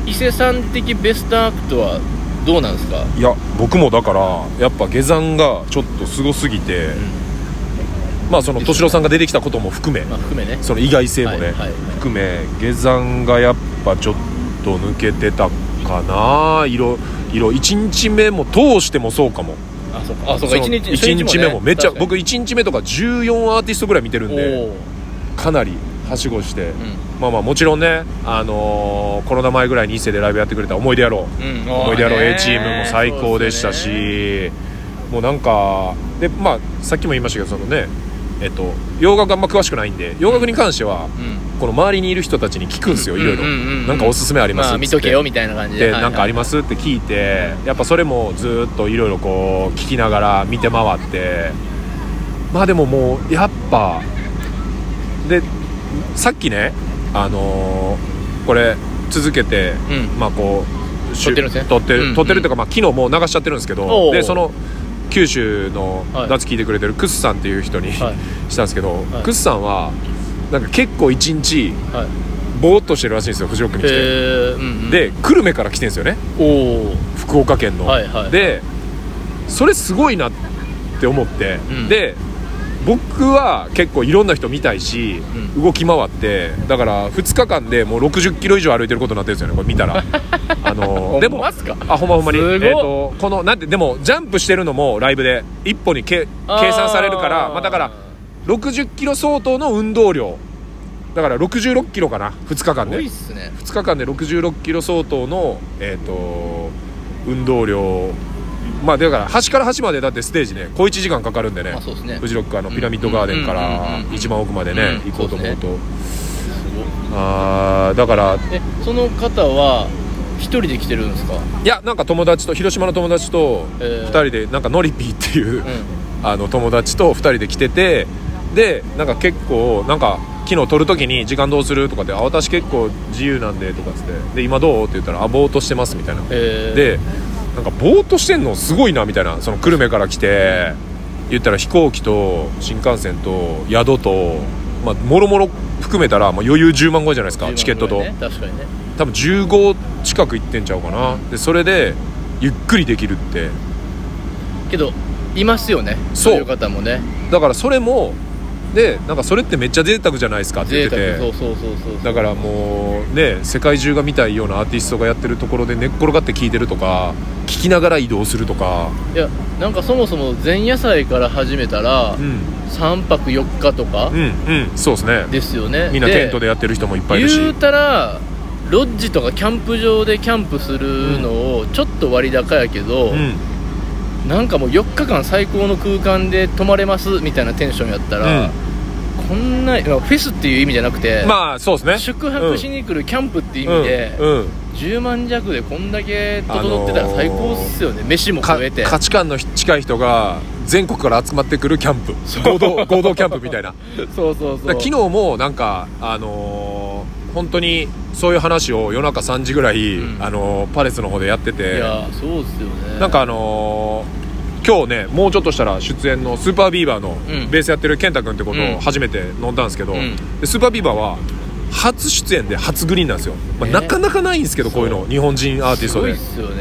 [SPEAKER 2] 伊勢さん的ベストアクトはどうなんですか、
[SPEAKER 1] いや僕もだからやっぱ下山がちょっとすごすぎてまあその敏郎さんが出てきたことも含め
[SPEAKER 2] まあ含めね
[SPEAKER 1] その意外性も
[SPEAKER 2] はい
[SPEAKER 1] ね
[SPEAKER 2] はいはい
[SPEAKER 1] 含め下山がやっぱちょっと抜けてたかな色色1日目も通してもそうかも
[SPEAKER 2] あそうかあそう
[SPEAKER 1] そ
[SPEAKER 2] か
[SPEAKER 1] の
[SPEAKER 2] 一日
[SPEAKER 1] 一
[SPEAKER 2] 一
[SPEAKER 1] 日目もめっちゃ
[SPEAKER 2] 確か
[SPEAKER 1] 僕1日目とか14アーティストぐらい見てるん
[SPEAKER 2] にお
[SPEAKER 1] で
[SPEAKER 2] おー
[SPEAKER 1] かなりはしごして、
[SPEAKER 2] う
[SPEAKER 1] まあまあもちろんね、あのーコロナ前ぐらいに伊勢でライブやってくれた思い出やろう、
[SPEAKER 2] んうん
[SPEAKER 1] 思い出やろう
[SPEAKER 2] ね
[SPEAKER 1] A チームも最高でしたし、
[SPEAKER 2] そうですね
[SPEAKER 1] もうなんかでまあさっきも言いましたけどそのねえっと洋楽あんま詳しくないんで洋楽に関しては、
[SPEAKER 2] うん
[SPEAKER 1] この周りにいる人たちに聞くんですよ
[SPEAKER 2] うん
[SPEAKER 1] いろいろ
[SPEAKER 2] うんうんうん
[SPEAKER 1] なんかおすすめあります
[SPEAKER 2] まあ見とけよみたいな感じ
[SPEAKER 1] で
[SPEAKER 2] で
[SPEAKER 1] なんかありますすって聞いてやっぱそれもずーっといろいろこう聞きながら見て回ってまあでももうやっぱでさっきねあのーこれ続けて
[SPEAKER 2] うん
[SPEAKER 1] まあこうし
[SPEAKER 2] 撮ってるんですね
[SPEAKER 1] 撮って
[SPEAKER 2] うんう
[SPEAKER 1] る
[SPEAKER 2] ん
[SPEAKER 1] 撮ってるというかまあ昨日もう流しちゃってるんですけ
[SPEAKER 2] お
[SPEAKER 1] ど
[SPEAKER 2] う
[SPEAKER 1] でその九州の
[SPEAKER 2] はい
[SPEAKER 1] 夏聞いてくれてるクスさんっていう人にし
[SPEAKER 2] はい
[SPEAKER 1] たんですけど
[SPEAKER 2] はい
[SPEAKER 1] クスさんはなんか結構一日
[SPEAKER 2] はい
[SPEAKER 1] ぼーっとしてるらしいんですよフジロックに来て。
[SPEAKER 2] へえ、うんうん、
[SPEAKER 1] で久留米から来てんですよね
[SPEAKER 2] おお
[SPEAKER 1] 福岡県の、
[SPEAKER 2] はいはい
[SPEAKER 1] でそれすごいなって思って、
[SPEAKER 2] うん
[SPEAKER 1] で僕は結構いろんな人見たいし、
[SPEAKER 2] う
[SPEAKER 1] 動き回ってだから2日間でもう6 0キロ以上歩いてることになってるんですよねこれ見た らあので
[SPEAKER 2] ほん
[SPEAKER 1] も
[SPEAKER 2] まっすか
[SPEAKER 1] あほんまほんまに
[SPEAKER 2] すごい
[SPEAKER 1] えーとこのなんてでもジャンプしてるのもライブで一歩にけ計算されるから
[SPEAKER 2] あー
[SPEAKER 1] まあ、だから6 0キロ相当の運動量だから6 6キロかな2日間
[SPEAKER 2] 多
[SPEAKER 1] で
[SPEAKER 2] いっすね
[SPEAKER 1] 2日間で6 6キロ相当の、えー、と運動量まあだから端から端までだってステージね小1時間かかるんでね
[SPEAKER 2] まあそうですね
[SPEAKER 1] フジロックあのピラミッドガーデンか
[SPEAKER 2] うんうん
[SPEAKER 1] ら
[SPEAKER 2] うんうん
[SPEAKER 1] 一番奥までね、
[SPEAKER 2] うん
[SPEAKER 1] 行こうと思うと
[SPEAKER 2] すごい
[SPEAKER 1] あーだから
[SPEAKER 2] えその方は一人で来てるんですか
[SPEAKER 1] いやなんか友達と広島の友達と
[SPEAKER 2] えー
[SPEAKER 1] 2人でなんかノリピーっていう、
[SPEAKER 2] う
[SPEAKER 1] あの友達と2人で来ててでなんか結構なんか昨日撮る時に「時間どうする?」とかで「あ私結構自由なんで」とかっつって「で今どう?」って言ったら「あぼーっとしてます」みたいな
[SPEAKER 2] えー、
[SPEAKER 1] でなんかぼーっとしてんのすごいなみたいなその久留米から来て言ったら飛行機と新幹線と宿と、まあ、もろもろ含めたら、まあ、余裕10万超えじゃないですかチケットと、
[SPEAKER 2] ね、確かにね
[SPEAKER 1] 多分15近く行ってんちゃうかなでそれでゆっくりできるって
[SPEAKER 2] けどいますよね
[SPEAKER 1] そ
[SPEAKER 2] そうういう方もね
[SPEAKER 1] だからそれもでなんかそれってめっちゃ贅沢じゃないですかって言
[SPEAKER 2] 贅
[SPEAKER 1] ってて
[SPEAKER 2] 沢そうそうそうそう
[SPEAKER 1] だからもうね世界中が見たいようなアーティストがやってるところで寝っ転がって聴いてるとか聴きながら移動するとか
[SPEAKER 2] いやなんかそもそも前夜祭から始めたら、
[SPEAKER 1] うん
[SPEAKER 2] 3泊4日とか
[SPEAKER 1] うんうんそうですね
[SPEAKER 2] ですよね、
[SPEAKER 1] みんなテントでやってる人もいっぱいいるし
[SPEAKER 2] 言うたらロッジとかキャンプ場でキャンプするのをちょっと割高やけど、
[SPEAKER 1] うん
[SPEAKER 2] なんかもう4日間最高の空間で泊まれますみたいなテンションやった
[SPEAKER 1] う
[SPEAKER 2] ら
[SPEAKER 1] ん、
[SPEAKER 2] こんなまあフェスっていう意味じゃなくて、
[SPEAKER 1] まあそうですね
[SPEAKER 2] 宿泊しに来るキャンプっていう意味で、
[SPEAKER 1] うんうん
[SPEAKER 2] 10万弱でこんだけ整ってたら最高っすよね、飯も
[SPEAKER 1] か
[SPEAKER 2] 食えて
[SPEAKER 1] 価値観の近い人が全国から集まってくるキャン プ合同合同キャンプみたいな
[SPEAKER 2] そうそうそ
[SPEAKER 1] だから
[SPEAKER 2] う
[SPEAKER 1] 昨日もなんかあのー本当にそういう話を夜中3時ぐらい、
[SPEAKER 2] うん
[SPEAKER 1] あのーパレスの方でやって
[SPEAKER 2] い
[SPEAKER 1] て
[SPEAKER 2] やそうっすよね
[SPEAKER 1] なんかあのー今日ねもうちょっとしたら出演のスーパービーバーの
[SPEAKER 2] うん
[SPEAKER 1] ベースやってる健太君ってこと
[SPEAKER 2] うん
[SPEAKER 1] を初めて飲んだんですけど、
[SPEAKER 2] うん
[SPEAKER 1] でスーパービーバーは初出演で初グリーンなんですよ、まあ
[SPEAKER 2] ね
[SPEAKER 1] なかなかないんですけどこういうの日本人アーティス
[SPEAKER 2] す
[SPEAKER 1] ト
[SPEAKER 2] ごい
[SPEAKER 1] で
[SPEAKER 2] っすよね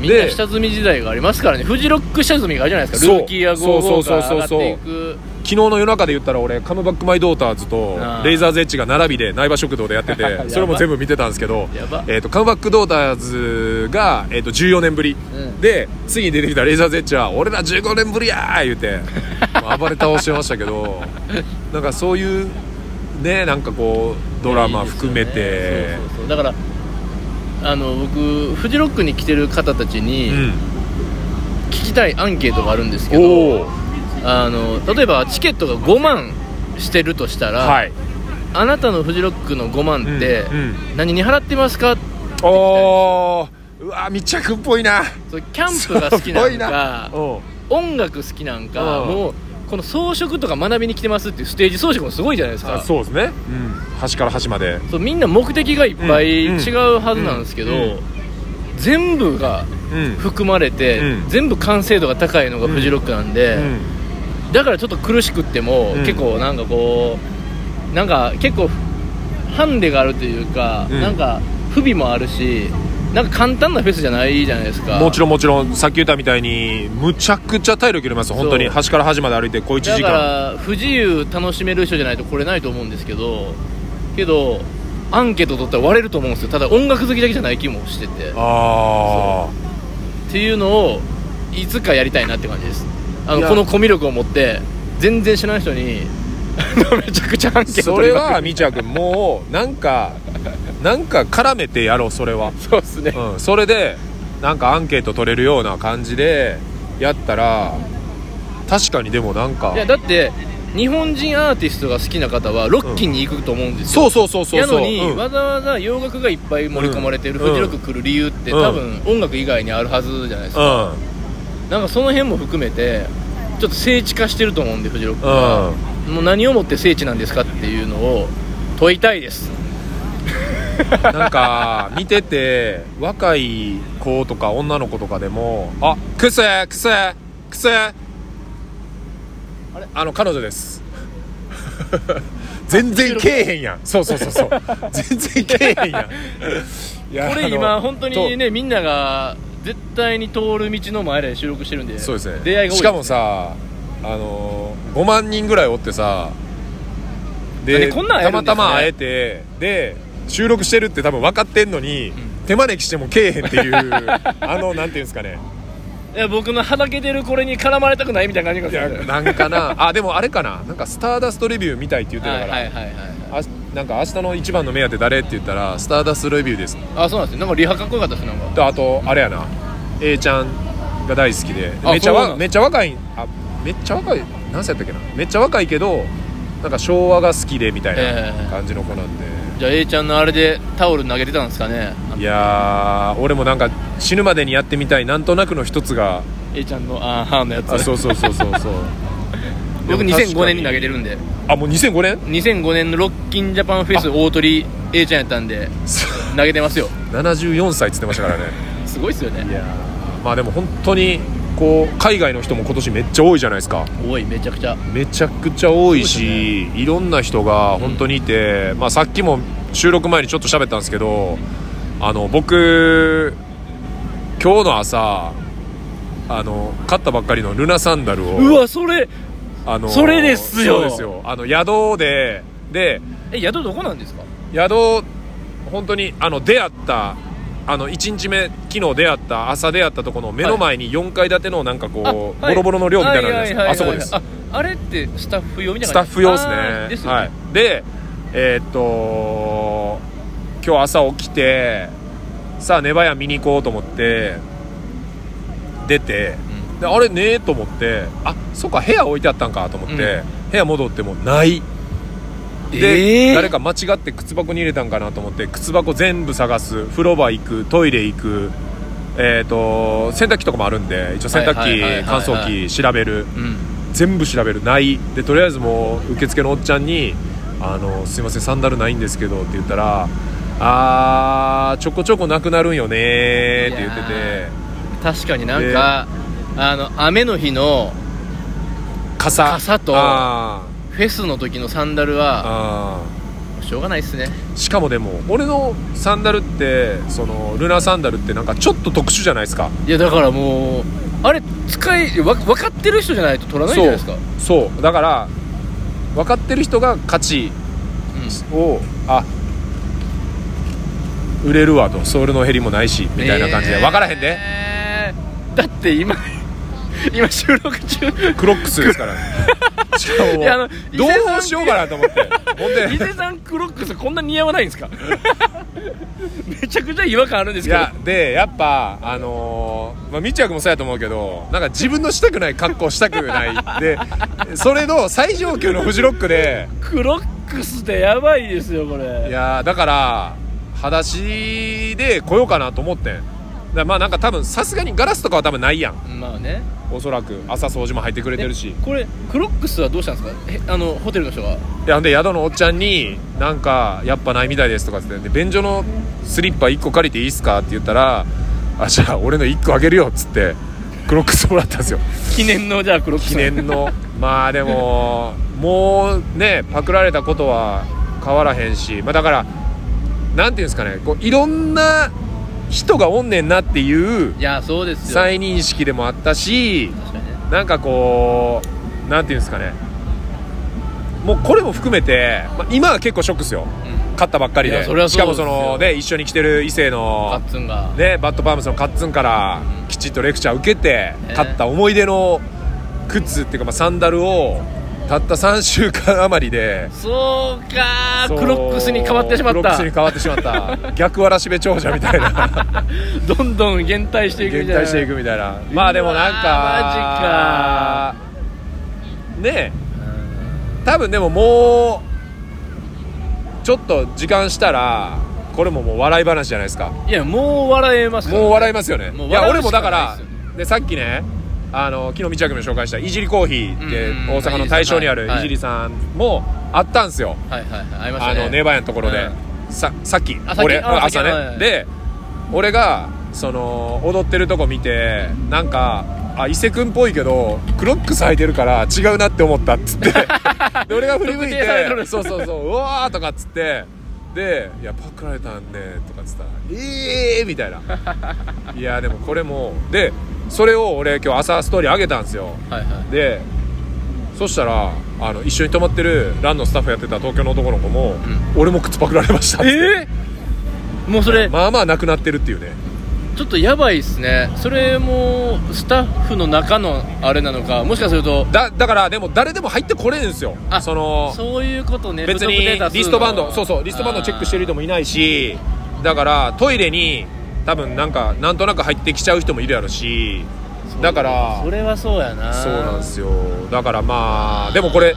[SPEAKER 2] みんな下積み時代がありますからねフジロック下積みがあるじゃないですか
[SPEAKER 1] そう
[SPEAKER 2] ルーキーやゴーゴー
[SPEAKER 1] そう
[SPEAKER 2] が
[SPEAKER 1] そう
[SPEAKER 2] 上が
[SPEAKER 1] そう
[SPEAKER 2] っ
[SPEAKER 1] そう
[SPEAKER 2] ていく
[SPEAKER 1] 昨日の夜中で言ったら俺「カムバック・マイ・ドーターズ」と
[SPEAKER 2] あー
[SPEAKER 1] 「レイザー・ゼッジ」が並びで苗場食堂でやって
[SPEAKER 2] や
[SPEAKER 1] て
[SPEAKER 2] ば
[SPEAKER 1] それも全部見てたんですけど
[SPEAKER 2] やば
[SPEAKER 1] えーとカムバック・ドーターズが、えー、と14年ぶり、
[SPEAKER 2] うん
[SPEAKER 1] で次に出てきたレイザー・ゼッジは「俺ら15年ぶりや!」言 うてもう暴れ倒してましたけどなんかそういうねなんかこうドラマ含め
[SPEAKER 2] いいです
[SPEAKER 1] て
[SPEAKER 2] よねそうそうそうだからあの僕フジロックに来てる方たちに聞きたいアンケートがあるんですけ
[SPEAKER 1] うん、お
[SPEAKER 2] ど
[SPEAKER 1] お
[SPEAKER 2] あの例えばチケットが5万してるとしたら、
[SPEAKER 1] はい
[SPEAKER 2] あなたのフジロックの5万って
[SPEAKER 1] うん
[SPEAKER 2] 何に払ってますか、
[SPEAKER 1] おおうわ密着っぽいな
[SPEAKER 2] そうキャンプが好きな
[SPEAKER 1] すごい
[SPEAKER 2] ん
[SPEAKER 1] な
[SPEAKER 2] か
[SPEAKER 1] おう
[SPEAKER 2] 音楽好きなんか、
[SPEAKER 1] うん
[SPEAKER 2] もうこの装飾とか学びに来てますっていうステージ装飾もすごいじゃないです
[SPEAKER 1] あ
[SPEAKER 2] か
[SPEAKER 1] そうですね、うん、端から端まで
[SPEAKER 2] そうみんな目的がいっぱい
[SPEAKER 1] うん
[SPEAKER 2] 違うはずなんですけど、
[SPEAKER 1] うんうん
[SPEAKER 2] 全部が
[SPEAKER 1] うん
[SPEAKER 2] 含まれて、
[SPEAKER 1] うん
[SPEAKER 2] 全部完成度が高いのがフジロックなんで、だからちょっと苦しくっても、
[SPEAKER 1] うん
[SPEAKER 2] 結構なんかこうなんか結構ハンデがあるというか、
[SPEAKER 1] うん
[SPEAKER 2] なんか不備もあるしなんか簡単なフェスじゃないじゃないですか
[SPEAKER 1] もちろんもちろんさっき言ったみたいにむちゃくちゃ体力いります本当に
[SPEAKER 2] そう
[SPEAKER 1] 端から端まで歩いて小1時
[SPEAKER 2] だか
[SPEAKER 1] 間
[SPEAKER 2] ら不自由楽しめる人じゃないと来れないと思うんですけどけどアンケート取ったら割れると思うんですよただ音楽好きだけじゃない気もしてて
[SPEAKER 1] あ
[SPEAKER 2] っていうのをいつかやりたいなって感じですあ
[SPEAKER 1] い
[SPEAKER 2] の
[SPEAKER 1] や
[SPEAKER 2] このコミュ力を持って全然知らない人に あのめちゃくちゃアンケー
[SPEAKER 1] あ
[SPEAKER 2] ト
[SPEAKER 1] そ
[SPEAKER 2] 取
[SPEAKER 1] れ
[SPEAKER 2] りまく
[SPEAKER 1] は
[SPEAKER 2] る
[SPEAKER 1] みちゃくんもうなんか なんか絡めてやろうそれは、
[SPEAKER 2] そうですね
[SPEAKER 1] うん、それでなんかアンケート取れるような感じでやったら確かにでもなんか
[SPEAKER 2] いやだって日本人アーティストが好きな方はロッキンに行くと思うんですよ、
[SPEAKER 1] そうそうそうそうそ
[SPEAKER 2] や
[SPEAKER 1] う
[SPEAKER 2] のに、
[SPEAKER 1] うん
[SPEAKER 2] わざわざ洋楽がいっぱい盛り込まれてる、
[SPEAKER 1] うん
[SPEAKER 2] フジロック来る理由って、
[SPEAKER 1] うん
[SPEAKER 2] 多分音楽以外にあるはずじゃないですか、
[SPEAKER 1] うん
[SPEAKER 2] なんかその辺も含めてちょっと聖地化してると思うんでフジロック
[SPEAKER 1] うん
[SPEAKER 2] が、もう何をもって聖地なんですかっていうのを問いたいです
[SPEAKER 1] なんか見てて若い子とか女の子とかでも「あクセクセクセ」あれあの彼女です全然けえへんやんそうそうそうそう全然けえへんやんいや
[SPEAKER 2] これ
[SPEAKER 1] あ
[SPEAKER 2] 今
[SPEAKER 1] の
[SPEAKER 2] 本当
[SPEAKER 1] と
[SPEAKER 2] にねみんなが絶対に通る道の前で収録してるんで
[SPEAKER 1] そうですね
[SPEAKER 2] 出会いが多い
[SPEAKER 1] しかもさあのー5万人ぐらいおってさ
[SPEAKER 2] ねこんなん会
[SPEAKER 1] た
[SPEAKER 2] えるんです
[SPEAKER 1] ま
[SPEAKER 2] ね
[SPEAKER 1] たま会えてで収録してるって多分分かってんのに、手招きしてもけえへんって いうあのなんていうんですかね
[SPEAKER 2] いや僕のはだけてるこれに絡まれたくないみたいな感じが
[SPEAKER 1] い
[SPEAKER 2] す
[SPEAKER 1] や
[SPEAKER 2] るんだよ
[SPEAKER 1] なんかなあでもあれかななんかスターダストレビュー見たいって言って
[SPEAKER 2] は
[SPEAKER 1] た
[SPEAKER 2] い
[SPEAKER 1] から、
[SPEAKER 2] はいはいはい
[SPEAKER 1] あなんか明日の一番の目当て誰って言ったらスターダストレビューです
[SPEAKER 2] あそうなんですよなんかリハかっこよかったですなんか
[SPEAKER 1] とあとあれやな A ちゃんが大好きで
[SPEAKER 2] あ
[SPEAKER 1] めっち
[SPEAKER 2] そ
[SPEAKER 1] ゃ
[SPEAKER 2] うなん
[SPEAKER 1] わ
[SPEAKER 2] だ
[SPEAKER 1] めっちゃ若いあめっちゃ若い何歳やったっけなめっちゃ若いけどなんか昭和が好きでみた
[SPEAKER 2] え
[SPEAKER 1] いな
[SPEAKER 2] え
[SPEAKER 1] 感じの子なんで、
[SPEAKER 2] じゃあ A ちゃんのあれでタオル投げてたんですかねあの
[SPEAKER 1] いやー俺もなんか死ぬまでにやってみたいなんとなくの一つが
[SPEAKER 2] A ちゃんのあーはーのやつ
[SPEAKER 1] あそうそうそうそう そう
[SPEAKER 2] 僕
[SPEAKER 1] でも確か
[SPEAKER 2] 2005年に投げてるんで
[SPEAKER 1] あもう2005年
[SPEAKER 2] 2005年のロッキンジャパンフェス大鳥 A ちゃんやったんで投げてますよ
[SPEAKER 1] 74歳っつってましたからね
[SPEAKER 2] すごいっすよね
[SPEAKER 1] いやまあでも本当にこう海外の人も今年めっちゃ多いじゃないですか
[SPEAKER 2] 多いめちゃくちゃ
[SPEAKER 1] めちゃくちゃ多い
[SPEAKER 2] そう
[SPEAKER 1] し、いろんな人が本当にいて、まあ、さっきも収録前にちょっと喋ったんですけどあの僕今日の朝あの買ったばっかりのルナサンダルを
[SPEAKER 2] うわそれ
[SPEAKER 1] あの
[SPEAKER 2] それですよ
[SPEAKER 1] そうですよあの宿でで
[SPEAKER 2] え宿どこなんですか
[SPEAKER 1] 宿本当にあの出会ったあの1日目昨日出会った朝出会ったところの目の前に4階建てのなんかこう、ボロボロの寮みたいなのあるじゃないですかあそこです
[SPEAKER 2] ああれってスタッフ用みたいな
[SPEAKER 1] スタッ
[SPEAKER 2] 感じ
[SPEAKER 1] フ用です
[SPEAKER 2] あー
[SPEAKER 1] ね
[SPEAKER 2] ですよね、
[SPEAKER 1] はい、でえーっと今日朝起きてさあネバヤ見に行こうと思って出てであれねえと思ってあそっか部屋置いてあったんかと思って、
[SPEAKER 2] う
[SPEAKER 1] 部屋戻ってもない
[SPEAKER 2] うん
[SPEAKER 1] で、
[SPEAKER 2] えー
[SPEAKER 1] 誰か間違って靴箱に入れたんかなと思って靴箱全部探す風呂場行くトイレ行くえーっと洗濯機とかもあるんで一応洗濯
[SPEAKER 2] はいはいはいはい
[SPEAKER 1] 機乾燥機調べる
[SPEAKER 2] うん
[SPEAKER 1] 全部調べるないでとりあえずもう受付のおっちゃんに「あのすいませんサンダルないんですけど」って言ったら「あーちょこちょこなくなるんよね」って言っ
[SPEAKER 2] い
[SPEAKER 1] て
[SPEAKER 2] や
[SPEAKER 1] て
[SPEAKER 2] 確かになんかあの雨の日の
[SPEAKER 1] 傘
[SPEAKER 2] 傘と
[SPEAKER 1] あー
[SPEAKER 2] フェスの時のサンダルは
[SPEAKER 1] あ
[SPEAKER 2] しょうがないっすね
[SPEAKER 1] ーしかもでも俺のサンダルってそのルナサンダルってなんかちょっと特殊じゃないですか
[SPEAKER 2] いやだからもうあれ使いわ分かってる人じゃないと取らないじゃないですか
[SPEAKER 1] そうそうだから分かってる人が価値をあ売れるわとソールの減りもないしみたいな感じで、
[SPEAKER 2] えー
[SPEAKER 1] 分からへんで
[SPEAKER 2] だって今 今収録中
[SPEAKER 1] クロックスですからね しかも
[SPEAKER 2] いやあの
[SPEAKER 1] どうしようかなと思ってほん
[SPEAKER 2] 伊
[SPEAKER 1] で
[SPEAKER 2] 勢さんクロックスこんな似合わないんです かめちゃくちゃ違和感あるんです
[SPEAKER 1] い
[SPEAKER 2] けど
[SPEAKER 1] やでやっぱあのーまあ、みっちゃん君もそうやと思うけどなんか自分のしたくない格好したくないでそれの最上級のフジロックで
[SPEAKER 2] クロックスってやばいですよこれ
[SPEAKER 1] いやーだから裸足で来ようかなと思ってんだからまあなんか多分さすがにガラスとかは多分ないやん
[SPEAKER 2] まあね
[SPEAKER 1] おそらく朝掃除も入ってくれてるし
[SPEAKER 2] えこれクロックスはどうしたんですかえあのホテルの人が
[SPEAKER 1] いやほんで宿のおっちゃんに「なんかやっぱないみたいです」とかって言ってで便所のスリッパ1個借りていいっすか?」って言ったら「あじゃあ俺の1個あげるよ」っつってクロックスもらったんですよ
[SPEAKER 2] 記念のじゃあクロックス
[SPEAKER 1] 記念のまあでももうねパクられたことは変わらへんし、まあ、だからなんていうんですかねこういろんな人がおんねんなっていう
[SPEAKER 2] いやそうですよ
[SPEAKER 1] 再認識でもあったし
[SPEAKER 2] 確かにね
[SPEAKER 1] なんかこうなんていうんですかねもうこれも含めて、まあ、今は結構ショックですよ勝ったばっかり
[SPEAKER 2] い
[SPEAKER 1] で
[SPEAKER 2] やそれは
[SPEAKER 1] し
[SPEAKER 2] そう
[SPEAKER 1] か
[SPEAKER 2] で
[SPEAKER 1] も
[SPEAKER 2] す
[SPEAKER 1] そ
[SPEAKER 2] よ
[SPEAKER 1] のね一緒に来てる異性
[SPEAKER 2] カ
[SPEAKER 1] の
[SPEAKER 2] ッ、ツンが
[SPEAKER 1] ね、バッドパームスのカッツンから
[SPEAKER 2] うん
[SPEAKER 1] きちっとレクチャー受けて、
[SPEAKER 2] ね
[SPEAKER 1] 買った思い出の靴っていうか、まあ、サンダルをたった3週間余りで
[SPEAKER 2] そうか
[SPEAKER 1] そう
[SPEAKER 2] クロックスに変わってしまっ
[SPEAKER 1] クロッ
[SPEAKER 2] た
[SPEAKER 1] クスに変わってしまった 逆わらしべ長者みたいな
[SPEAKER 2] どんどん減退していく
[SPEAKER 1] 減
[SPEAKER 2] みたいな
[SPEAKER 1] 退していくみたいなまあでもなん
[SPEAKER 2] うわ
[SPEAKER 1] かねえ多分でももうちょっと時間したらこれももう笑い話じゃないですか
[SPEAKER 2] いやもう笑えますからね
[SPEAKER 1] もう笑いますよね
[SPEAKER 2] もう
[SPEAKER 1] いや
[SPEAKER 2] 笑う
[SPEAKER 1] 俺もだか
[SPEAKER 2] し
[SPEAKER 1] ら
[SPEAKER 2] かないですよ
[SPEAKER 1] でさっきねあの昨日みちゃくの紹介したいじりコーヒーって
[SPEAKER 2] うんうん
[SPEAKER 1] 大阪の大正にある
[SPEAKER 2] はい
[SPEAKER 1] いじりさんもあったんすよ
[SPEAKER 2] はいはいはいありまし
[SPEAKER 1] あ
[SPEAKER 2] たね
[SPEAKER 1] のネバヤのところでささっき
[SPEAKER 2] あさっき
[SPEAKER 1] 俺
[SPEAKER 2] あ
[SPEAKER 1] 朝
[SPEAKER 2] さっきはいは
[SPEAKER 1] ね
[SPEAKER 2] い
[SPEAKER 1] で俺がその踊ってるとこ見てなんかあ伊勢くんっぽいけどクロックス履いてるから違うなって思ったっ つってで俺が振り向い
[SPEAKER 2] 特定されと
[SPEAKER 1] て
[SPEAKER 2] る
[SPEAKER 1] そうそうそううわーとかっつってで「いやパクられたんね」とかっつったら「ええー!」みたいないやでもこれもでそれを俺今日朝ストーリー上げたんですよ
[SPEAKER 2] はいはい
[SPEAKER 1] でそしたらあの一緒に泊まってるランのスタッフやってた東京の男の子も「俺も靴パクられました」って、
[SPEAKER 2] えーもうそれ
[SPEAKER 1] まあまあなくなってるっていうね
[SPEAKER 2] ちょっとやばいっすねそれもスタッフの中のあれなのかもしかすると
[SPEAKER 1] だだからでも誰でも入ってこれるんですよ
[SPEAKER 2] あ
[SPEAKER 1] その
[SPEAKER 2] そういうことね
[SPEAKER 1] 別にリストバンドそうそうリストバンドチェックしてる人
[SPEAKER 2] も
[SPEAKER 1] もいないしだからトイレに多分なんかなんとなく入ってきちゃう人もいるやろしだから
[SPEAKER 2] それはそうやな
[SPEAKER 1] そうなんですすよだからまあでもこれ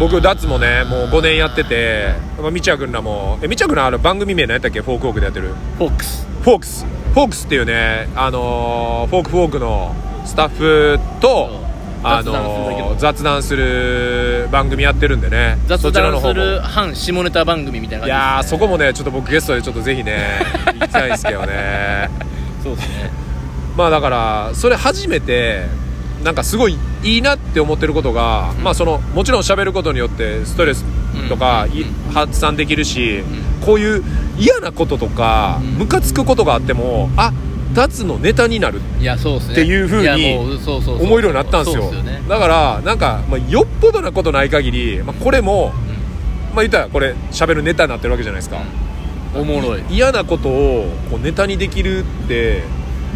[SPEAKER 1] 僕ダッツもねもう5年やってて、まあ、みちゃくんらもえみちゃくんらあの番組名何やったっけフォークウォークでやってる
[SPEAKER 2] フォックス
[SPEAKER 1] フォークスフォークスっていうねあのーフォークフォークのスタッフと
[SPEAKER 2] そう
[SPEAKER 1] あ
[SPEAKER 2] 雑談するだけ
[SPEAKER 1] のー
[SPEAKER 2] の
[SPEAKER 1] 雑談する番組やってるんでねそ
[SPEAKER 2] 雑
[SPEAKER 1] ちら
[SPEAKER 2] 談
[SPEAKER 1] の方
[SPEAKER 2] す
[SPEAKER 1] も
[SPEAKER 2] る反下ネタ番組みたいない
[SPEAKER 1] や
[SPEAKER 2] 感
[SPEAKER 1] ー
[SPEAKER 2] じ
[SPEAKER 1] そこ もねちょっと僕ゲストでちょっとぜひね行きたいんですけどね
[SPEAKER 2] そうですね
[SPEAKER 1] まあだからそれ初めてなんかすごいいいなって思ってることが、まあそのもちろん喋ることによってストレスとか、
[SPEAKER 2] うん
[SPEAKER 1] い発散できるし、
[SPEAKER 2] う
[SPEAKER 1] こういう嫌なこととか、
[SPEAKER 2] うん
[SPEAKER 1] ムカつくことがあってもあ立つのネタになる
[SPEAKER 2] いやそうですね
[SPEAKER 1] っていう風に
[SPEAKER 2] やもうそうそうそう
[SPEAKER 1] 思えるようになったんですよ
[SPEAKER 2] そうですよね
[SPEAKER 1] だからなんか、まあ、よっぽどなことない限り、まあ、これも、まあ、言ったらこれ喋るネタになってるわけじゃないですか、
[SPEAKER 2] うんおもろい
[SPEAKER 1] 嫌なことをこうネタにできるって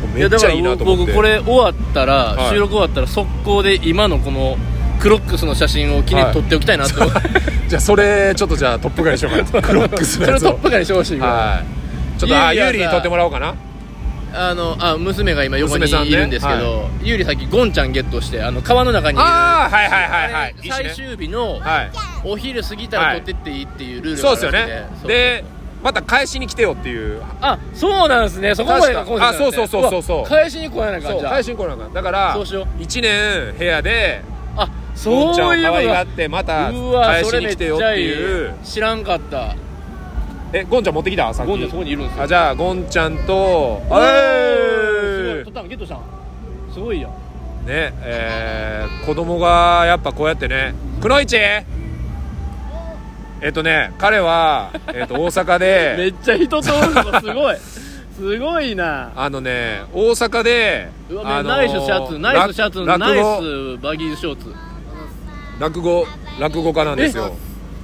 [SPEAKER 1] こう
[SPEAKER 2] い
[SPEAKER 1] め
[SPEAKER 2] や
[SPEAKER 1] っ
[SPEAKER 2] だ
[SPEAKER 1] ち
[SPEAKER 2] か
[SPEAKER 1] ゃ
[SPEAKER 2] ら
[SPEAKER 1] いいなと思って
[SPEAKER 2] 僕これ終わったら、
[SPEAKER 1] はい
[SPEAKER 2] 収録終わったら速攻で今のこのクロックスの写真を記念
[SPEAKER 1] はい
[SPEAKER 2] 撮っておきたいなと、思って
[SPEAKER 1] じゃあそれちょっとじゃあトップガンにしようかな クロックス
[SPEAKER 2] そ
[SPEAKER 1] の
[SPEAKER 2] れ
[SPEAKER 1] や
[SPEAKER 2] を
[SPEAKER 1] つ
[SPEAKER 2] トッ
[SPEAKER 1] を
[SPEAKER 2] プガンにしてほしいぐらい
[SPEAKER 1] はいちょっとあ
[SPEAKER 2] いやい
[SPEAKER 1] ユ
[SPEAKER 2] や
[SPEAKER 1] ーリに撮ってもらおうかな
[SPEAKER 2] あのあ娘が今横に
[SPEAKER 1] 娘さんね
[SPEAKER 2] いるんですけど、ゆうりさっきゴンちゃんゲットしてあの川の中にいる
[SPEAKER 1] ああはいはいはいはい
[SPEAKER 2] あれ
[SPEAKER 1] いいっすね
[SPEAKER 2] 最終日の
[SPEAKER 1] はい
[SPEAKER 2] お昼過ぎたら撮ってっていいっていうルールが
[SPEAKER 1] そう
[SPEAKER 2] あ
[SPEAKER 1] ですよ
[SPEAKER 2] るらしくて
[SPEAKER 1] ね
[SPEAKER 2] そう
[SPEAKER 1] でまた返しに来てよっていう
[SPEAKER 2] あそうなんですねそこまでがコンセプトなんですね
[SPEAKER 1] 確かあそうそうそうそう
[SPEAKER 2] わ返しに来ないな
[SPEAKER 1] そ
[SPEAKER 2] 感
[SPEAKER 1] う
[SPEAKER 2] じゃ
[SPEAKER 1] 返しに来なあかんだから
[SPEAKER 2] そうしよ
[SPEAKER 1] 1年部屋で
[SPEAKER 2] あ
[SPEAKER 1] ゴンちゃん
[SPEAKER 2] そ
[SPEAKER 1] を
[SPEAKER 2] ういう
[SPEAKER 1] 可
[SPEAKER 2] こ
[SPEAKER 1] 愛
[SPEAKER 2] と
[SPEAKER 1] が
[SPEAKER 2] だ
[SPEAKER 1] ってまた
[SPEAKER 2] うわ
[SPEAKER 1] 返し
[SPEAKER 2] それ
[SPEAKER 1] に
[SPEAKER 2] め
[SPEAKER 1] 来
[SPEAKER 2] ってち
[SPEAKER 1] よって
[SPEAKER 2] ゃい
[SPEAKER 1] い
[SPEAKER 2] いう知らんかった
[SPEAKER 1] えゴンちゃん持ってきたさっき
[SPEAKER 2] ゴンちゃんそこにいるんですよ
[SPEAKER 1] あじゃあゴンちゃんと
[SPEAKER 2] おー
[SPEAKER 1] え
[SPEAKER 2] すごい取ったのゲットしたのすごいやん
[SPEAKER 1] ーねえー子供がやっぱこうやってねくのいちえっとね彼は、え っと大阪
[SPEAKER 2] め
[SPEAKER 1] で
[SPEAKER 2] っちゃ人通るのがすごいすごいな
[SPEAKER 1] あのね大阪で
[SPEAKER 2] うわ、
[SPEAKER 1] あのー
[SPEAKER 2] ナイスシャツナイスシャツ
[SPEAKER 1] ら
[SPEAKER 2] ナイ
[SPEAKER 1] 落語
[SPEAKER 2] スバギーショーツ
[SPEAKER 1] 落語落語家なんですよ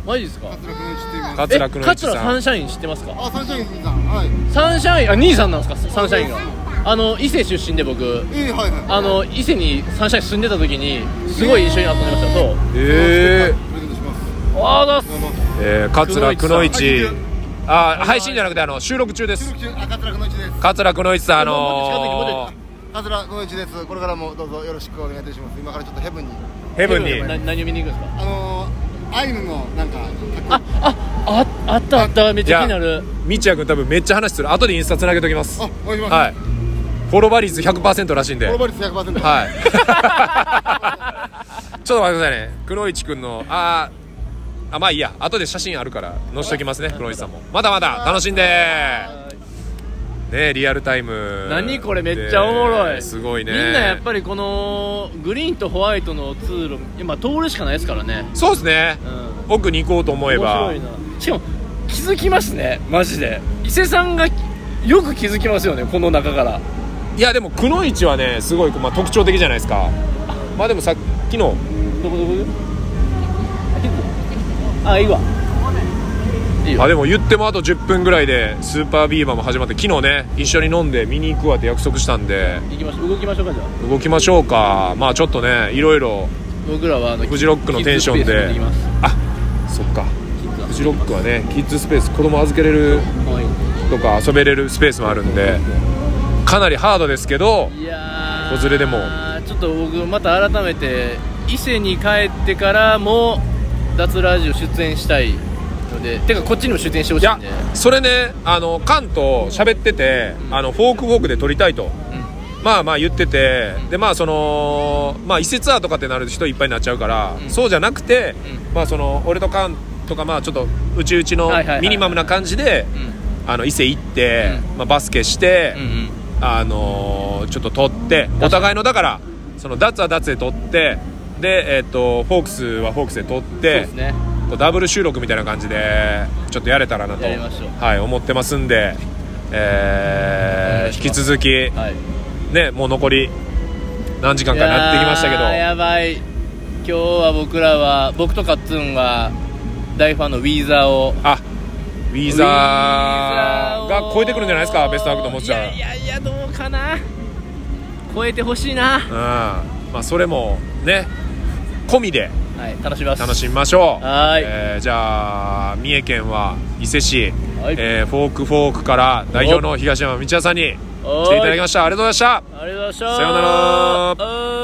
[SPEAKER 2] マジですか
[SPEAKER 3] 桂君知っています。
[SPEAKER 1] 桂くのいち
[SPEAKER 2] 桂サ
[SPEAKER 1] さん
[SPEAKER 2] ンシャイン知ってますか
[SPEAKER 3] あ、サンシャインさん。はい。
[SPEAKER 2] サンシャインあ兄さんなんですかサンシャインがあの伊勢出身で僕
[SPEAKER 3] えー、はいはい。
[SPEAKER 2] あの伊勢にサンシャイン住んでた時にすごい一緒に遊んでましたそう
[SPEAKER 1] え
[SPEAKER 3] プレゼントします。
[SPEAKER 2] ああだっす
[SPEAKER 3] どうも。
[SPEAKER 1] ーえー桂くのいち
[SPEAKER 3] くのいち
[SPEAKER 1] あ配信じゃなくてあの収録中で
[SPEAKER 3] 収
[SPEAKER 1] す
[SPEAKER 3] 録中、あ、桂くのいちです。
[SPEAKER 1] 桂くのいちさんあ
[SPEAKER 2] もうもう近づいてもう
[SPEAKER 1] の
[SPEAKER 2] ちょい
[SPEAKER 3] 桂くのいちです。これからもどうぞよろしくお願いいたします。今からちょっとヘブンに。
[SPEAKER 1] ーヘブンに
[SPEAKER 2] な何を見に行くんですか
[SPEAKER 3] あのー、アイヌのなんか、かっこ
[SPEAKER 2] ああああったあっためっちゃ気になる
[SPEAKER 1] みちやくん多分めっちゃ話する後でインスタつなげときます
[SPEAKER 3] あ、お願いします。
[SPEAKER 1] はい。フォロバリ率100%らしいんで
[SPEAKER 3] プ
[SPEAKER 1] は
[SPEAKER 3] ロ
[SPEAKER 1] い
[SPEAKER 3] バリス100%。
[SPEAKER 1] ちょっと待ってください ね黒市くんのあーあまあいいや後で写真あるから載せときますね黒市さんもまだまだ楽しんでねリアルタイム
[SPEAKER 2] 何これめっちゃおもろ
[SPEAKER 1] で
[SPEAKER 2] い
[SPEAKER 1] すごいね
[SPEAKER 2] みんなやっぱりこのグリーンとホワイトの通路今通るしかないですからね
[SPEAKER 1] そうですね
[SPEAKER 2] うん面
[SPEAKER 1] 奥に行こうと思えば
[SPEAKER 2] 白いなしかも気づきますねマジで伊勢さんがよく気づきますよねこの中から
[SPEAKER 1] いやでもくのいちはねすごい、まあ、特徴的じゃないで すかまあでもさっきの
[SPEAKER 2] どこどこどこあいいわいい
[SPEAKER 1] あ
[SPEAKER 2] よ
[SPEAKER 1] でも言ってもあと10分ぐらいで「スーパービーバー」も始まって昨日ね一緒に飲んで見に行くわって約束したんで
[SPEAKER 2] 行きましょう動きましょうかじゃあ
[SPEAKER 1] 動きましょうかまあちょっとねいろいろ
[SPEAKER 2] 僕らはあの
[SPEAKER 1] フジロックのテンションで
[SPEAKER 2] キッズスペースに行ってきます
[SPEAKER 1] あそっか
[SPEAKER 2] キッズは
[SPEAKER 1] フジロックはねキッズスペース子供預けれる
[SPEAKER 2] 可愛い
[SPEAKER 1] とか遊べれるスペースもあるんでかなりハードですけど
[SPEAKER 2] いやー
[SPEAKER 1] 子連れでも
[SPEAKER 2] ちょっと僕また改めて伊勢に帰ってからも脱ラジオ出演したいのでてかこっちにも出演してほ
[SPEAKER 1] い
[SPEAKER 2] しいん
[SPEAKER 1] や
[SPEAKER 2] で
[SPEAKER 1] それねあのカンと喋っててあのフォークウォークで撮りたいとまあまあ言っててでまあそのまあ移設ツアーとかってなると人いっぱいになっちゃうから、
[SPEAKER 2] うん
[SPEAKER 1] そうじゃなくて、
[SPEAKER 2] う
[SPEAKER 1] まあその俺とカンとかまあちょっとうちうちの
[SPEAKER 2] はいはいはい
[SPEAKER 1] ミニマムな感じで
[SPEAKER 2] うんうん
[SPEAKER 1] あの伊勢行って、まあ、バスケして、
[SPEAKER 2] うん
[SPEAKER 1] あのーちょっと撮ってお互いのだからそのダツはダツで撮ってでえっ、とフォークスはフォークスで撮っ
[SPEAKER 2] そう
[SPEAKER 1] て
[SPEAKER 2] ですね
[SPEAKER 1] こうダブル収録みたいな感じでちょっとやれたらなと
[SPEAKER 2] やりましょう
[SPEAKER 1] はい、思ってますんで、
[SPEAKER 2] お願
[SPEAKER 1] え
[SPEAKER 2] い
[SPEAKER 1] ー
[SPEAKER 2] し
[SPEAKER 1] 引き
[SPEAKER 2] ます
[SPEAKER 1] 続き
[SPEAKER 2] はい
[SPEAKER 1] ねもう残り何時間かなってきましたけど
[SPEAKER 2] いやーやばい今日は僕らは僕とかっつんは大ファンのウィーザーを
[SPEAKER 1] あウィ
[SPEAKER 2] ウ
[SPEAKER 1] ーザーが超えてくるんじゃないですかベストアクトもちろん
[SPEAKER 2] いやいやいやどうかな超えてほしいな
[SPEAKER 1] うんまあそれもね込みで
[SPEAKER 2] はい楽しみます
[SPEAKER 1] 楽しみましょう
[SPEAKER 2] はーい
[SPEAKER 1] えーじゃあ三重県は伊勢市、
[SPEAKER 2] はい
[SPEAKER 1] えーフォークフォークから代表の東山道也さんに来
[SPEAKER 2] おー
[SPEAKER 1] ていただきましたありがとうございました
[SPEAKER 2] ありがとうございました
[SPEAKER 1] さようなら
[SPEAKER 2] おーい